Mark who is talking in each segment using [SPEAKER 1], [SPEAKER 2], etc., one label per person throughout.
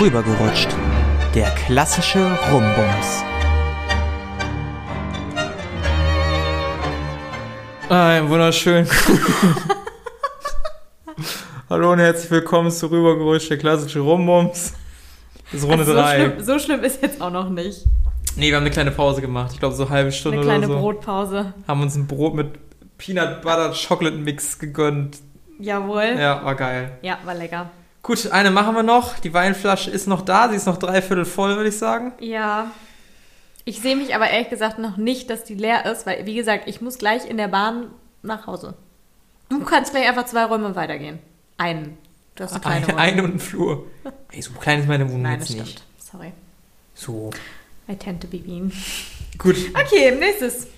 [SPEAKER 1] rübergerutscht. Der klassische Rumbums.
[SPEAKER 2] Ein wunderschön. Hallo und herzlich willkommen zu Rübergerutscht, der klassische Rumbums. Das ist Runde
[SPEAKER 3] Also so,
[SPEAKER 2] 3.
[SPEAKER 3] schlimm, so schlimm ist jetzt auch noch nicht.
[SPEAKER 2] nee, wir haben eine kleine Pause gemacht. Ich glaube, so eine halbe Stunde
[SPEAKER 3] Eine kleine
[SPEAKER 2] oder so.
[SPEAKER 3] Brotpause.
[SPEAKER 2] Haben uns ein Brot mit Peanut Butter Chocolate Mix gegönnt.
[SPEAKER 3] Jawohl. Ja.
[SPEAKER 2] Ja, war geil.
[SPEAKER 3] war lecker.
[SPEAKER 2] Gut, eine machen wir noch. Die Weinflasche ist noch da. Sie ist noch dreiviertel voll, würde ich sagen.
[SPEAKER 3] Ja. Ich sehe mich aber ehrlich gesagt noch nicht, dass die leer ist, weil, wie gesagt, ich muss gleich in der Bahn nach Hause. Du kannst gleich einfach zwei Räume weitergehen. Einen. Du hast eine
[SPEAKER 2] Eine,
[SPEAKER 3] kleine Räume.
[SPEAKER 2] eine und ein Flur. Ey, so klein ist meine Wohnung
[SPEAKER 3] Nein, das
[SPEAKER 2] jetzt
[SPEAKER 3] stimmt.
[SPEAKER 2] nicht.
[SPEAKER 3] Sorry.
[SPEAKER 2] So.
[SPEAKER 3] I tend to be mean.
[SPEAKER 2] Gut.
[SPEAKER 3] Okay, nächstes.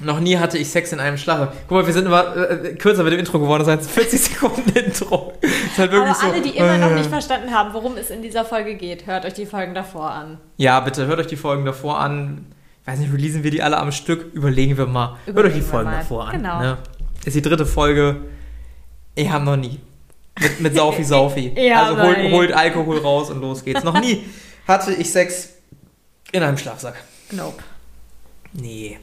[SPEAKER 2] Noch nie hatte ich Sex in einem Schlaf. Guck mal, wir sind immer äh, kürzer mit dem Intro geworden. Das heißt 40 Sekunden Intro. Ist halt wirklich
[SPEAKER 3] Aber alle,
[SPEAKER 2] so,
[SPEAKER 3] die immer noch
[SPEAKER 2] äh.
[SPEAKER 3] nicht verstanden haben, worum es in dieser Folge geht, hört euch die Folgen davor an.
[SPEAKER 2] Ja, bitte hört euch die Folgen davor an. Ich weiß nicht, releasen wir die alle am Stück? Überlegen wir mal. hört euch
[SPEAKER 3] Überlegen
[SPEAKER 2] die
[SPEAKER 3] wir
[SPEAKER 2] Folgen
[SPEAKER 3] mal.
[SPEAKER 2] davor an.
[SPEAKER 3] Genau.
[SPEAKER 2] Ne? Ist die dritte Folge. Ich hab noch nie. Mit, mit Saufi Saufi.
[SPEAKER 3] Ja,
[SPEAKER 2] also holt,
[SPEAKER 3] nein.
[SPEAKER 2] holt Alkohol raus und los geht's. Noch nie hatte ich Sex in einem Schlafsack.
[SPEAKER 3] Nope.
[SPEAKER 2] Nee.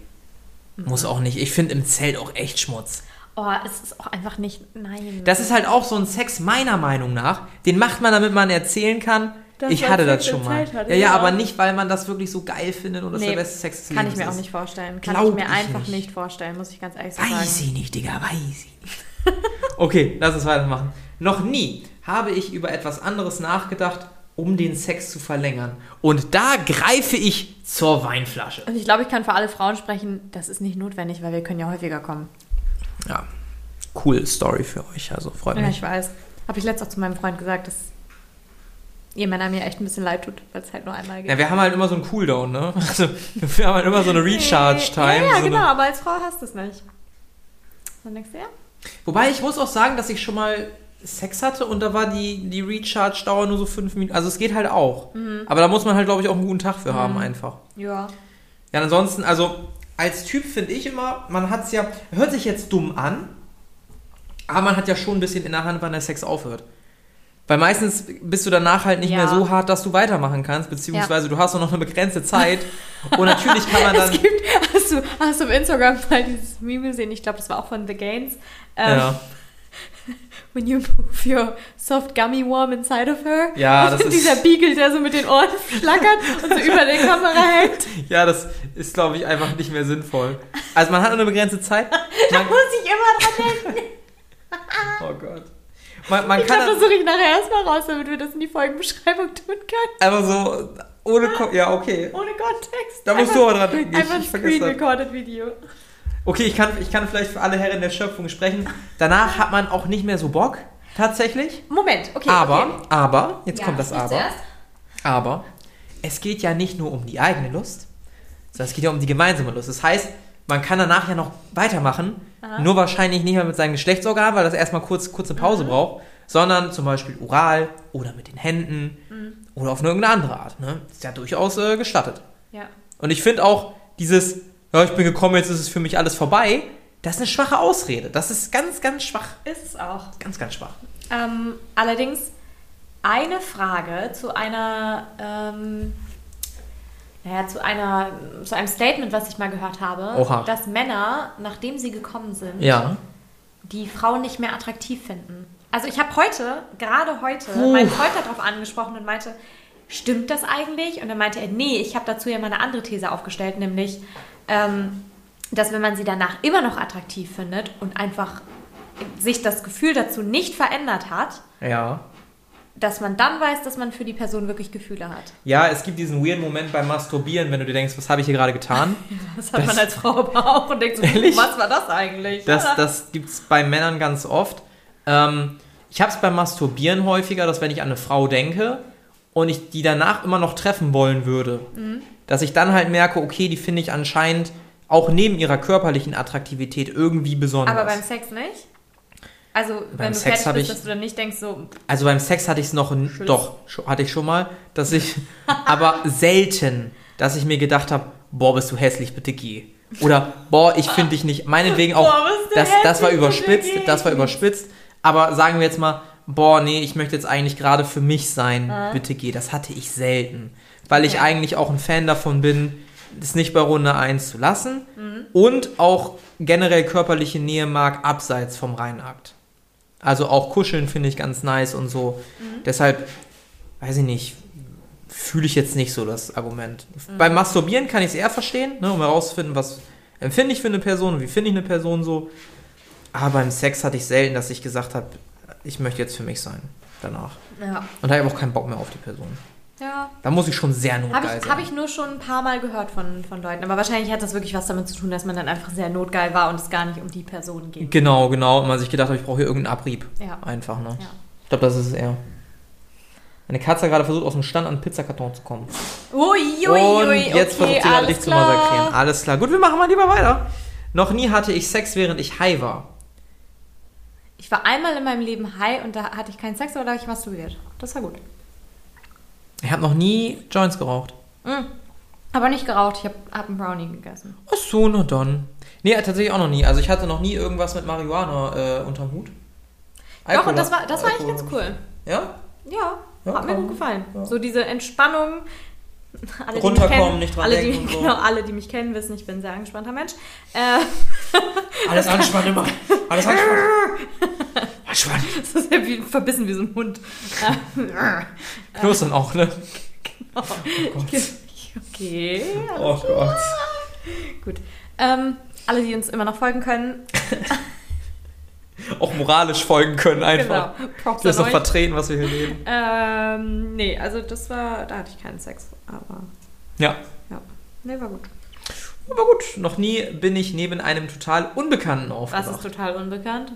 [SPEAKER 3] Mhm.
[SPEAKER 2] Muss auch nicht. Ich finde im Zelt auch echt Schmutz.
[SPEAKER 3] Oh, es ist auch einfach nicht. Nein.
[SPEAKER 2] Das ist halt auch so ein Sex meiner Meinung nach. Den macht man, damit man erzählen kann,
[SPEAKER 3] Dass
[SPEAKER 2] ich
[SPEAKER 3] man
[SPEAKER 2] hatte
[SPEAKER 3] Sex
[SPEAKER 2] das
[SPEAKER 3] im
[SPEAKER 2] schon mal.
[SPEAKER 3] Zelt hatte,
[SPEAKER 2] ja, ja,
[SPEAKER 3] ja.
[SPEAKER 2] aber nicht, weil man das wirklich so geil findet und das
[SPEAKER 3] Nee,
[SPEAKER 2] der beste Sex des
[SPEAKER 3] Kann ich
[SPEAKER 2] Lebens
[SPEAKER 3] mir auch
[SPEAKER 2] ist.
[SPEAKER 3] nicht vorstellen. Kann
[SPEAKER 2] Glaub
[SPEAKER 3] ich mir
[SPEAKER 2] ich
[SPEAKER 3] einfach
[SPEAKER 2] nicht.
[SPEAKER 3] nicht. vorstellen, muss ich ganz ehrlich so
[SPEAKER 2] Weiß
[SPEAKER 3] sagen.
[SPEAKER 2] ich nicht, Digga, weiß ich nicht. okay, lass uns weitermachen. Noch nie habe ich über etwas anderes nachgedacht, um den Sex zu verlängern. Und da greife ich zur Weinflasche.
[SPEAKER 3] Und ich glaube, ich kann für alle Frauen sprechen, das ist nicht notwendig, weil wir können ja häufiger kommen.
[SPEAKER 2] Ja, cool Story für euch, also freut
[SPEAKER 3] Ja,
[SPEAKER 2] mich.
[SPEAKER 3] ich weiß. Habe ich letztens auch zu meinem Freund gesagt, dass ihr Männer mir echt ein bisschen leid tut, weil es halt nur einmal geht.
[SPEAKER 2] Ja, wir haben halt immer so einen Cooldown, ne? Also, wir haben halt immer so eine Recharge-Time.
[SPEAKER 3] Ja, ja
[SPEAKER 2] so eine-
[SPEAKER 3] genau, aber als Frau hast du es nicht. Dann denkst du, ja,
[SPEAKER 2] Wobei ich muss auch sagen, dass ich schon mal Sex hatte und da war die, die Recharge-Dauer nur so fünf Minuten. Also es geht halt auch.
[SPEAKER 3] Mhm.
[SPEAKER 2] Aber da muss man halt, glaube ich, auch einen guten Tag für haben einfach.
[SPEAKER 3] ja.
[SPEAKER 2] Ja, ansonsten, also als Typ finde ich immer, man hat es ja, hört sich jetzt dumm an, aber man hat ja schon ein bisschen in der Hand, wann der Sex aufhört. Weil meistens bist du danach halt nicht
[SPEAKER 3] Ja.
[SPEAKER 2] mehr so hart, dass du weitermachen kannst, beziehungsweise du hast nur noch eine begrenzte Zeit. Und natürlich kann man dann.
[SPEAKER 3] Es gibt, hast du, hast du auf Instagram mal dieses Meme gesehen? Ich glaube, das war auch von The Gains. Ähm,
[SPEAKER 2] ja.
[SPEAKER 3] When you move your soft gummy worm inside of her.
[SPEAKER 2] Ja, das ist-
[SPEAKER 3] Dieser Beagle, der so mit den Ohren schlackert und so über der Kamera hält.
[SPEAKER 2] ja, das ist, glaube ich, einfach nicht mehr sinnvoll. Also man hat nur eine begrenzte Zeit. Man,
[SPEAKER 3] Muss ich immer dran denken.
[SPEAKER 2] Oh Gott. Man, man
[SPEAKER 3] Ich
[SPEAKER 2] kann
[SPEAKER 3] glaube,
[SPEAKER 2] das
[SPEAKER 3] das suche ich nachher erstmal raus, damit wir das in die Folgenbeschreibung tun können.
[SPEAKER 2] einfach so ohne Ko Ja, okay.
[SPEAKER 3] Ohne Kontext.
[SPEAKER 2] Da musst du
[SPEAKER 3] Einfach-
[SPEAKER 2] aber dran denken. Ich,
[SPEAKER 3] Einfach ein
[SPEAKER 2] ich vergesse das.
[SPEAKER 3] screen-recorded Video.
[SPEAKER 2] Okay, ich kann, ich kann vielleicht für alle Herren der Schöpfung sprechen. Danach hat man auch nicht mehr so Bock, tatsächlich.
[SPEAKER 3] Moment, okay.
[SPEAKER 2] aber,
[SPEAKER 3] okay.
[SPEAKER 2] aber, jetzt
[SPEAKER 3] Ja,
[SPEAKER 2] kommt das
[SPEAKER 3] ich
[SPEAKER 2] Aber.
[SPEAKER 3] zuerst.
[SPEAKER 2] Aber es geht ja nicht nur um die eigene Lust, sondern es geht ja um die gemeinsame Lust. Das heißt, man kann danach ja noch weitermachen,
[SPEAKER 3] Aha.
[SPEAKER 2] nur wahrscheinlich nicht mehr mit seinem Geschlechtsorgan, weil das erstmal kurz, kurze Pause braucht, sondern zum Beispiel oral oder mit den Händen oder auf eine irgendeine andere Art. Ne? Ist ja durchaus äh, gestattet.
[SPEAKER 3] Ja.
[SPEAKER 2] Und ich finde auch dieses, ja, ich bin gekommen, jetzt ist es für mich alles vorbei, das ist eine schwache Ausrede. Das ist ganz, ganz schwach.
[SPEAKER 3] Ist es auch.
[SPEAKER 2] Ganz, ganz schwach.
[SPEAKER 3] Ähm, allerdings eine Frage zu einer, ähm, naja, zu einer, zu einem Statement, was ich mal gehört habe,
[SPEAKER 2] Oha.
[SPEAKER 3] dass Männer, nachdem sie gekommen sind,
[SPEAKER 2] Ja.
[SPEAKER 3] die Frauen nicht mehr attraktiv finden. Also ich habe heute, gerade heute, meinen Freund darauf angesprochen und meinte, stimmt das eigentlich? Und dann meinte er, nee, ich habe dazu ja mal eine andere These aufgestellt, nämlich, ähm, dass wenn man sie danach immer noch attraktiv findet und einfach sich das Gefühl dazu nicht verändert hat,
[SPEAKER 2] Ja.
[SPEAKER 3] dass man dann weiß, dass man für die Person wirklich Gefühle hat.
[SPEAKER 2] Ja, es gibt diesen weirden Moment beim Masturbieren, wenn du dir denkst, was habe ich hier gerade getan?
[SPEAKER 3] Das hat man als Frau aber auch und denkt so,
[SPEAKER 2] Ehrlich?
[SPEAKER 3] was war das eigentlich?
[SPEAKER 2] Das,
[SPEAKER 3] Ja.
[SPEAKER 2] das gibt es bei Männern ganz oft. Ähm, ich habe es beim Masturbieren häufiger, dass wenn ich an eine Frau denke und ich die danach immer noch treffen wollen würde,
[SPEAKER 3] Mhm.
[SPEAKER 2] dass ich dann halt merke, okay, die finde ich anscheinend auch neben ihrer körperlichen Attraktivität irgendwie besonders.
[SPEAKER 3] aber beim Sex nicht? Also, wenn du
[SPEAKER 2] Sex
[SPEAKER 3] fertig
[SPEAKER 2] hab
[SPEAKER 3] bist,
[SPEAKER 2] ich-
[SPEAKER 3] dass du dann nicht denkst, so,
[SPEAKER 2] also beim Sex hatte ich es noch, n- doch, scho- hatte ich schon mal, dass ich, aber selten, dass ich mir gedacht habe, boah, bist du hässlich, bitte geh. Oder, boah, ich finde dich nicht, meinetwegen auch,
[SPEAKER 3] Boah, bist du
[SPEAKER 2] das, das war
[SPEAKER 3] hässlich, bitte
[SPEAKER 2] überspitzt,
[SPEAKER 3] geh.
[SPEAKER 2] das war überspitzt, aber sagen wir jetzt mal, boah, nee, ich möchte jetzt eigentlich gerade für mich sein, bitte geh. Das hatte ich selten. Weil ich
[SPEAKER 3] Okay.
[SPEAKER 2] eigentlich auch ein Fan davon bin, es nicht bei Runde 1 zu lassen und auch generell körperliche Nähe mag, abseits vom Reinakt. Also auch kuscheln finde ich ganz nice und so. Deshalb, weiß ich nicht, fühle ich jetzt nicht so das Argument. Beim Masturbieren kann ich es eher verstehen, ne, um herauszufinden, was empfinde ich für eine Person und wie finde ich eine Person so. Aber beim Sex hatte ich selten, dass ich gesagt habe, ich möchte jetzt für mich sein danach.
[SPEAKER 3] Ja.
[SPEAKER 2] Und da habe ich auch keinen Bock mehr auf die Person.
[SPEAKER 3] Ja.
[SPEAKER 2] Da muss ich schon sehr
[SPEAKER 3] Habe
[SPEAKER 2] notgeil
[SPEAKER 3] ich,
[SPEAKER 2] sein.
[SPEAKER 3] hab ich nur schon ein paar Mal gehört von, von Leuten. Aber wahrscheinlich hat das wirklich was damit zu tun, dass man dann einfach sehr notgeil war und es gar nicht um die Person ging.
[SPEAKER 2] Genau, genau. Und man sich gedacht hat, ich brauche hier irgendeinen Abrieb.
[SPEAKER 3] Ja.
[SPEAKER 2] Einfach, ne?
[SPEAKER 3] Ja.
[SPEAKER 2] Ich glaube, das ist es eher. Meine Katze hat gerade versucht, aus dem Stand an einen Pizzakarton zu kommen.
[SPEAKER 3] Uiuiui,
[SPEAKER 2] und jetzt
[SPEAKER 3] okay,
[SPEAKER 2] versucht sie gerade
[SPEAKER 3] alles
[SPEAKER 2] dich zu
[SPEAKER 3] klar.
[SPEAKER 2] massakrieren. Alles klar. Gut, wir machen mal lieber weiter. Noch nie hatte ich Sex, während ich high war.
[SPEAKER 3] Ich war einmal in meinem Leben high und da hatte ich keinen Sex, aber da habe ich masturbiert. Das war gut.
[SPEAKER 2] Ich habe noch nie Joints geraucht.
[SPEAKER 3] Mm. Aber nicht geraucht, ich habe hab einen Brownie gegessen.
[SPEAKER 2] Ach so, na dann. Nee, tatsächlich auch noch nie. Also ich hatte noch nie irgendwas mit Marihuana äh, unterm Hut.
[SPEAKER 3] Doch, und das war, das war eigentlich
[SPEAKER 2] Alkohol.
[SPEAKER 3] ganz cool.
[SPEAKER 2] Ja?
[SPEAKER 3] Ja,
[SPEAKER 2] Ja,
[SPEAKER 3] hat mir
[SPEAKER 2] komm.
[SPEAKER 3] gut gefallen.
[SPEAKER 2] Ja.
[SPEAKER 3] So diese Entspannung. Alle, die mich
[SPEAKER 2] Runterkommen,
[SPEAKER 3] kennen-
[SPEAKER 2] nicht dran
[SPEAKER 3] alle, die,
[SPEAKER 2] denken
[SPEAKER 3] mich-
[SPEAKER 2] und so.
[SPEAKER 3] Genau, alle, die mich kennen, wissen, ich bin ein sehr angespannter Mensch. Äh,
[SPEAKER 2] Alles anspannen immer. Alles anspannen. Anspannen.
[SPEAKER 3] das ist ja wie, verbissen wie so ein Hund.
[SPEAKER 2] Oh Knustern auch, ne?
[SPEAKER 3] Oh,
[SPEAKER 2] Gott.
[SPEAKER 3] okay.
[SPEAKER 2] Oh Gott.
[SPEAKER 3] Gut. Ähm, alle, die uns immer noch folgen können,
[SPEAKER 2] Auch moralisch folgen können einfach.
[SPEAKER 3] genau. Props
[SPEAKER 2] Das ist
[SPEAKER 3] an
[SPEAKER 2] noch
[SPEAKER 3] euch.
[SPEAKER 2] vertreten, was wir hier leben.
[SPEAKER 3] Ähm, nee, also das war, da hatte ich keinen Sex, aber
[SPEAKER 2] Ja.
[SPEAKER 3] ja. Nee, war gut.
[SPEAKER 2] Aber gut, noch nie bin ich neben einem total Unbekannten
[SPEAKER 3] Was ist
[SPEAKER 2] aufgewacht.
[SPEAKER 3] total unbekannt?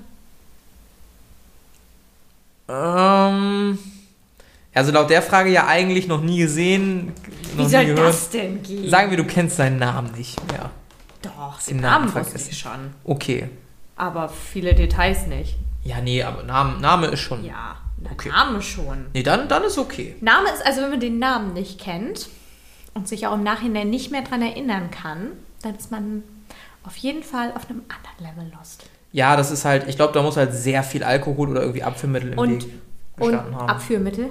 [SPEAKER 2] Ähm, also laut der Frage ja eigentlich noch nie gesehen,
[SPEAKER 3] Wie
[SPEAKER 2] noch nie
[SPEAKER 3] soll
[SPEAKER 2] gehört.
[SPEAKER 3] das denn gehen?
[SPEAKER 2] Sagen wir, du kennst seinen Namen nicht mehr.
[SPEAKER 3] Doch,
[SPEAKER 2] Den
[SPEAKER 3] den
[SPEAKER 2] Namen
[SPEAKER 3] Namen wusste
[SPEAKER 2] vergessen.
[SPEAKER 3] ich schon.
[SPEAKER 2] Okay.
[SPEAKER 3] Aber viele Details nicht.
[SPEAKER 2] Ja, nee, aber Name, Name ist schon.
[SPEAKER 3] Ja, der
[SPEAKER 2] Okay.
[SPEAKER 3] Name schon.
[SPEAKER 2] Nee, dann, dann ist okay.
[SPEAKER 3] Name ist, also wenn man den Namen nicht kennt und sich auch im Nachhinein nicht mehr dran erinnern kann, dann ist man auf jeden Fall auf einem anderen Level lost.
[SPEAKER 2] Ja, das ist halt, ich glaube, da muss halt sehr viel Alkohol oder irgendwie Abführmittel im
[SPEAKER 3] Und-
[SPEAKER 2] Weg
[SPEAKER 3] Und
[SPEAKER 2] gestanden haben.
[SPEAKER 3] Abführmittel?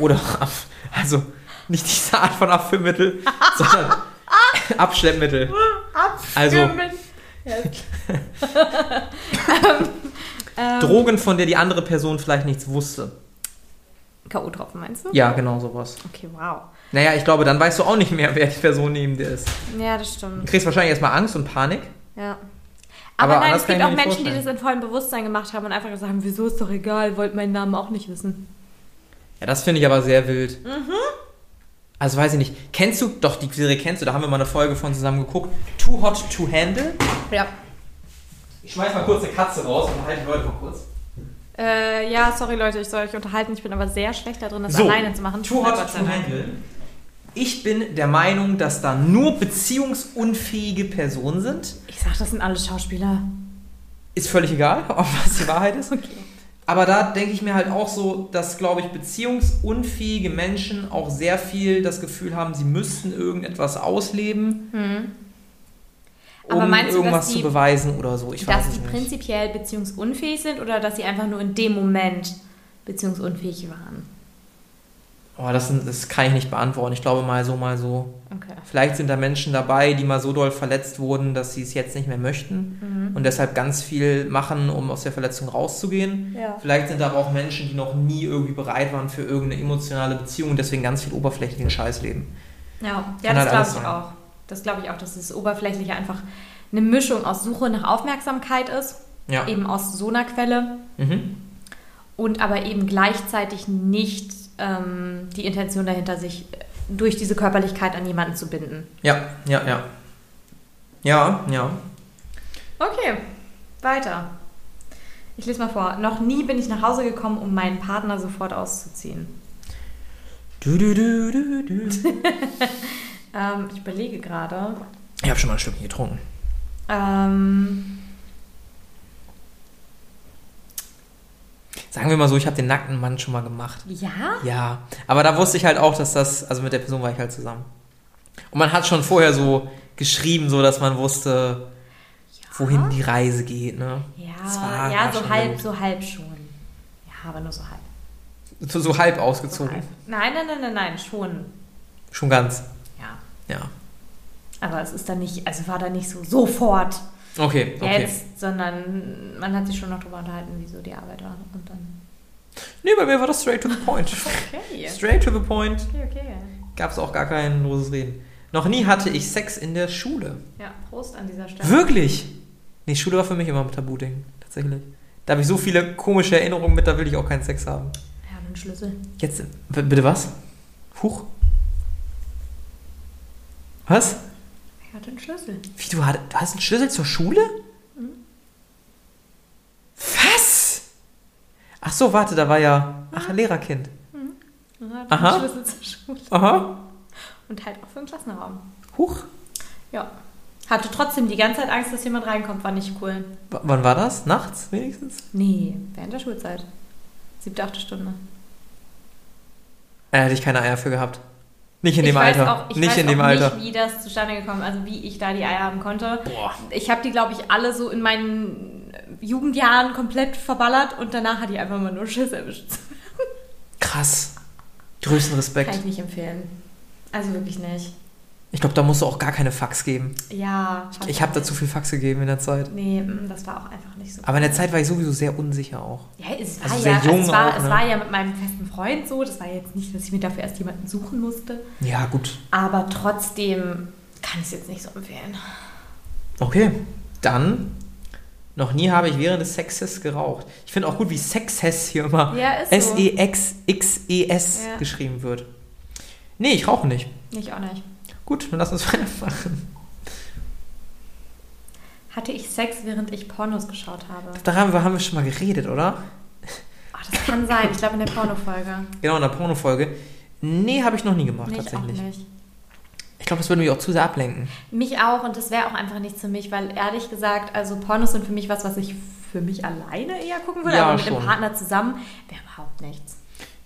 [SPEAKER 2] oder, Ab- also nicht diese Art von Abführmittel, sondern Abschleppmittel. Also,
[SPEAKER 3] Ähm,
[SPEAKER 2] Drogen, von der die andere Person vielleicht nichts wusste.
[SPEAKER 3] K.O.-Tropfen meinst du?
[SPEAKER 2] Ja, genau sowas.
[SPEAKER 3] Okay, wow.
[SPEAKER 2] Naja, ich glaube, dann weißt du auch nicht mehr, wer die Person neben dir ist.
[SPEAKER 3] Ja, das stimmt.
[SPEAKER 2] Du kriegst wahrscheinlich erstmal Angst und Panik.
[SPEAKER 3] Ja.
[SPEAKER 2] Aber
[SPEAKER 3] Aber, nein,
[SPEAKER 2] anders
[SPEAKER 3] es
[SPEAKER 2] kann
[SPEAKER 3] gibt
[SPEAKER 2] ich
[SPEAKER 3] auch
[SPEAKER 2] mir nicht
[SPEAKER 3] Menschen, die das
[SPEAKER 2] vorstellen.
[SPEAKER 3] in vollem Bewusstsein gemacht haben und einfach gesagt haben, wieso ist doch egal, wollt meinen Namen auch nicht wissen.
[SPEAKER 2] Ja, das finde ich aber sehr wild.
[SPEAKER 3] Mhm.
[SPEAKER 2] Also weiß ich nicht. Kennst du, doch, die Serie kennst du, da haben wir mal eine Folge von zusammen geguckt. Too Hot to Handle.
[SPEAKER 3] Ja.
[SPEAKER 2] Ich schmeiß mal kurz eine Katze raus und halte die Leute mal kurz.
[SPEAKER 3] Äh, ja, sorry Leute, ich soll euch unterhalten. Ich bin aber sehr schlecht da drin, das
[SPEAKER 2] So,
[SPEAKER 3] alleine zu machen.
[SPEAKER 2] Too
[SPEAKER 3] Na,
[SPEAKER 2] Hot
[SPEAKER 3] Gott sei
[SPEAKER 2] to
[SPEAKER 3] Dank.
[SPEAKER 2] Handle. Ich bin der Meinung, dass da nur beziehungsunfähige Personen sind.
[SPEAKER 3] Ich sag, das sind alle Schauspieler.
[SPEAKER 2] Ist völlig egal, ob was die Wahrheit ist. Aber da denke ich mir halt auch so, dass, glaube ich, beziehungsunfähige Menschen auch sehr viel das Gefühl haben, sie müssten irgendetwas ausleben, um
[SPEAKER 3] Hm. Aber meinst du,
[SPEAKER 2] irgendwas
[SPEAKER 3] dass die-
[SPEAKER 2] zu beweisen oder so. Ich weiß
[SPEAKER 3] Dass
[SPEAKER 2] es
[SPEAKER 3] die
[SPEAKER 2] nicht.
[SPEAKER 3] prinzipiell beziehungsunfähig sind oder dass sie einfach nur in dem Moment beziehungsunfähig waren?
[SPEAKER 2] Oh, das, sind, das kann ich nicht beantworten. Ich glaube mal so, mal so.
[SPEAKER 3] Okay.
[SPEAKER 2] Vielleicht sind da Menschen dabei, die mal so doll verletzt wurden, dass sie es jetzt nicht mehr möchten
[SPEAKER 3] Mhm.
[SPEAKER 2] und deshalb ganz viel machen, um aus der Verletzung rauszugehen.
[SPEAKER 3] Ja.
[SPEAKER 2] Vielleicht sind da aber auch Menschen, die noch nie irgendwie bereit waren für irgendeine emotionale Beziehung und deswegen ganz viel oberflächlichen Scheiß leben.
[SPEAKER 3] Ja, ja
[SPEAKER 2] Kann
[SPEAKER 3] das
[SPEAKER 2] halt
[SPEAKER 3] glaube
[SPEAKER 2] alles
[SPEAKER 3] ich
[SPEAKER 2] sein.
[SPEAKER 3] auch. Das glaube ich auch, dass das Oberflächliche einfach eine Mischung aus Suche nach Aufmerksamkeit ist,
[SPEAKER 2] Ja.
[SPEAKER 3] eben aus so einer Quelle
[SPEAKER 2] Mhm.
[SPEAKER 3] und aber eben gleichzeitig nicht ähm, die Intention dahinter, sich durch diese Körperlichkeit an jemanden zu binden.
[SPEAKER 2] Ja, ja, ja. Ja, ja.
[SPEAKER 3] Okay, weiter. Ich lese mal vor. Noch nie bin ich nach Hause gekommen, um meinen Partner sofort auszuziehen.
[SPEAKER 2] Du, du, du, du, du.
[SPEAKER 3] Ähm, ich überlege gerade.
[SPEAKER 2] Ich habe schon mal ein Stückchen getrunken.
[SPEAKER 3] Ähm,
[SPEAKER 2] Sagen wir mal so, ich habe den nackten Mann schon mal gemacht.
[SPEAKER 3] ja?
[SPEAKER 2] Ja, aber da wusste ich halt auch, dass das, also mit der Person war ich halt zusammen. Und man hat schon vorher so geschrieben, so dass man wusste, wohin die Reise geht, ne?
[SPEAKER 3] Ja,
[SPEAKER 2] Das war-
[SPEAKER 3] ja
[SPEAKER 2] war
[SPEAKER 3] so
[SPEAKER 2] schon
[SPEAKER 3] halb,
[SPEAKER 2] wild.
[SPEAKER 3] so halb schon. aber nur so halb.
[SPEAKER 2] So, so halb
[SPEAKER 3] So
[SPEAKER 2] ausgezogen.
[SPEAKER 3] halb. Nein, nein, nein, nein, nein, schon.
[SPEAKER 2] Schon ganz.
[SPEAKER 3] Ja.
[SPEAKER 2] Ja.
[SPEAKER 3] Aber es ist dann nicht, also war da nicht so sofort
[SPEAKER 2] Okay, okay.
[SPEAKER 3] jetzt, sondern man hat sich schon noch drüber unterhalten, wieso die Arbeit war. Und dann.
[SPEAKER 2] Nee, bei mir war das straight to the point.
[SPEAKER 3] Okay.
[SPEAKER 2] straight to the point.
[SPEAKER 3] Okay, okay.
[SPEAKER 2] Gab es auch gar kein loses Reden. Noch nie hatte ich Sex in der Schule.
[SPEAKER 3] Ja, Prost an dieser Stelle.
[SPEAKER 2] Wirklich? Nee, Schule war für mich immer ein Tabu-Ding. Tatsächlich. Da habe ich so viele komische Erinnerungen mit, da will ich auch keinen Sex haben.
[SPEAKER 3] Ja, und einen Schlüssel.
[SPEAKER 2] Jetzt, b- bitte was? Huch. Was?
[SPEAKER 3] Ich hatte einen Schlüssel.
[SPEAKER 2] Wie, du, hatt- du hast einen Schlüssel zur Schule?
[SPEAKER 3] Mhm.
[SPEAKER 2] Was? Ach so, warte, da war ja... Ach, ein Lehrerkind.
[SPEAKER 3] Ich hatte
[SPEAKER 2] Aha.
[SPEAKER 3] einen Schlüssel zur Schule.
[SPEAKER 2] Aha.
[SPEAKER 3] Und halt auch für den Klassenraum.
[SPEAKER 2] Huch.
[SPEAKER 3] Ja. Hatte trotzdem die ganze Zeit Angst, dass jemand reinkommt, war nicht cool.
[SPEAKER 2] W wann war das? Nachts wenigstens?
[SPEAKER 3] Nee, während der Schulzeit. Siebte, achte Stunde.
[SPEAKER 2] Äh, Da hätte ich keine Eier für gehabt. Nicht in dem
[SPEAKER 3] ich
[SPEAKER 2] Alter.
[SPEAKER 3] Weiß auch, ich
[SPEAKER 2] nicht
[SPEAKER 3] weiß
[SPEAKER 2] in dem
[SPEAKER 3] auch
[SPEAKER 2] Alter.
[SPEAKER 3] Nicht, wie das zustande gekommen, also wie ich da die Eier haben konnte.
[SPEAKER 2] Boah.
[SPEAKER 3] Ich habe die, glaube ich, alle so in meinen Jugendjahren komplett verballert und danach hatte ich einfach mal nur Schiss erwischt.
[SPEAKER 2] Krass. Größten
[SPEAKER 3] Kann ich
[SPEAKER 2] Respekt.
[SPEAKER 3] nicht empfehlen. Also wirklich nicht.
[SPEAKER 2] Ich glaube, da musst du auch gar keine Fax geben.
[SPEAKER 3] Ja. fast
[SPEAKER 2] Ich habe
[SPEAKER 3] nicht.
[SPEAKER 2] dazu viel Fax gegeben in der Zeit.
[SPEAKER 3] Nee, mm, das war auch einfach nicht so.
[SPEAKER 2] Aber in der Zeit war ich sowieso sehr unsicher auch.
[SPEAKER 3] Ja, es war,
[SPEAKER 2] Also sehr
[SPEAKER 3] ja, also
[SPEAKER 2] jung
[SPEAKER 3] es, war,
[SPEAKER 2] auch,
[SPEAKER 3] es
[SPEAKER 2] ne?
[SPEAKER 3] war ja mit meinem festen Freund so. Das war jetzt nicht, dass ich mir dafür erst jemanden suchen musste.
[SPEAKER 2] Ja, gut.
[SPEAKER 3] Aber trotzdem kann ich es jetzt nicht so empfehlen.
[SPEAKER 2] Okay. Dann, noch nie habe ich während des Sexes geraucht. Ich finde auch gut, wie Sexes hier immer E
[SPEAKER 3] Ja, ist so.
[SPEAKER 2] S-E-X-X-E-S
[SPEAKER 3] Ja.
[SPEAKER 2] E geschrieben wird. Nee, ich rauche nicht.
[SPEAKER 3] Ich auch nicht.
[SPEAKER 2] Gut, dann lass uns weitermachen.
[SPEAKER 3] Hatte ich Sex, während ich Pornos geschaut habe?
[SPEAKER 2] Darüber haben wir schon mal geredet, oder?
[SPEAKER 3] Ach, das kann sein. Ich glaube in der Pornofolge.
[SPEAKER 2] Genau, in der Pornofolge. Nee, habe ich noch nie gemacht,
[SPEAKER 3] Nee, ich auch
[SPEAKER 2] tatsächlich.
[SPEAKER 3] nicht.
[SPEAKER 2] Ich glaube, das würde mich auch zu sehr ablenken.
[SPEAKER 3] Mich auch und das wäre auch einfach nichts für mich, weil ehrlich gesagt, also Pornos sind für mich was, was ich für mich alleine eher gucken würde,
[SPEAKER 2] Ja,
[SPEAKER 3] aber mit
[SPEAKER 2] schon.
[SPEAKER 3] dem Partner zusammen wäre überhaupt nichts.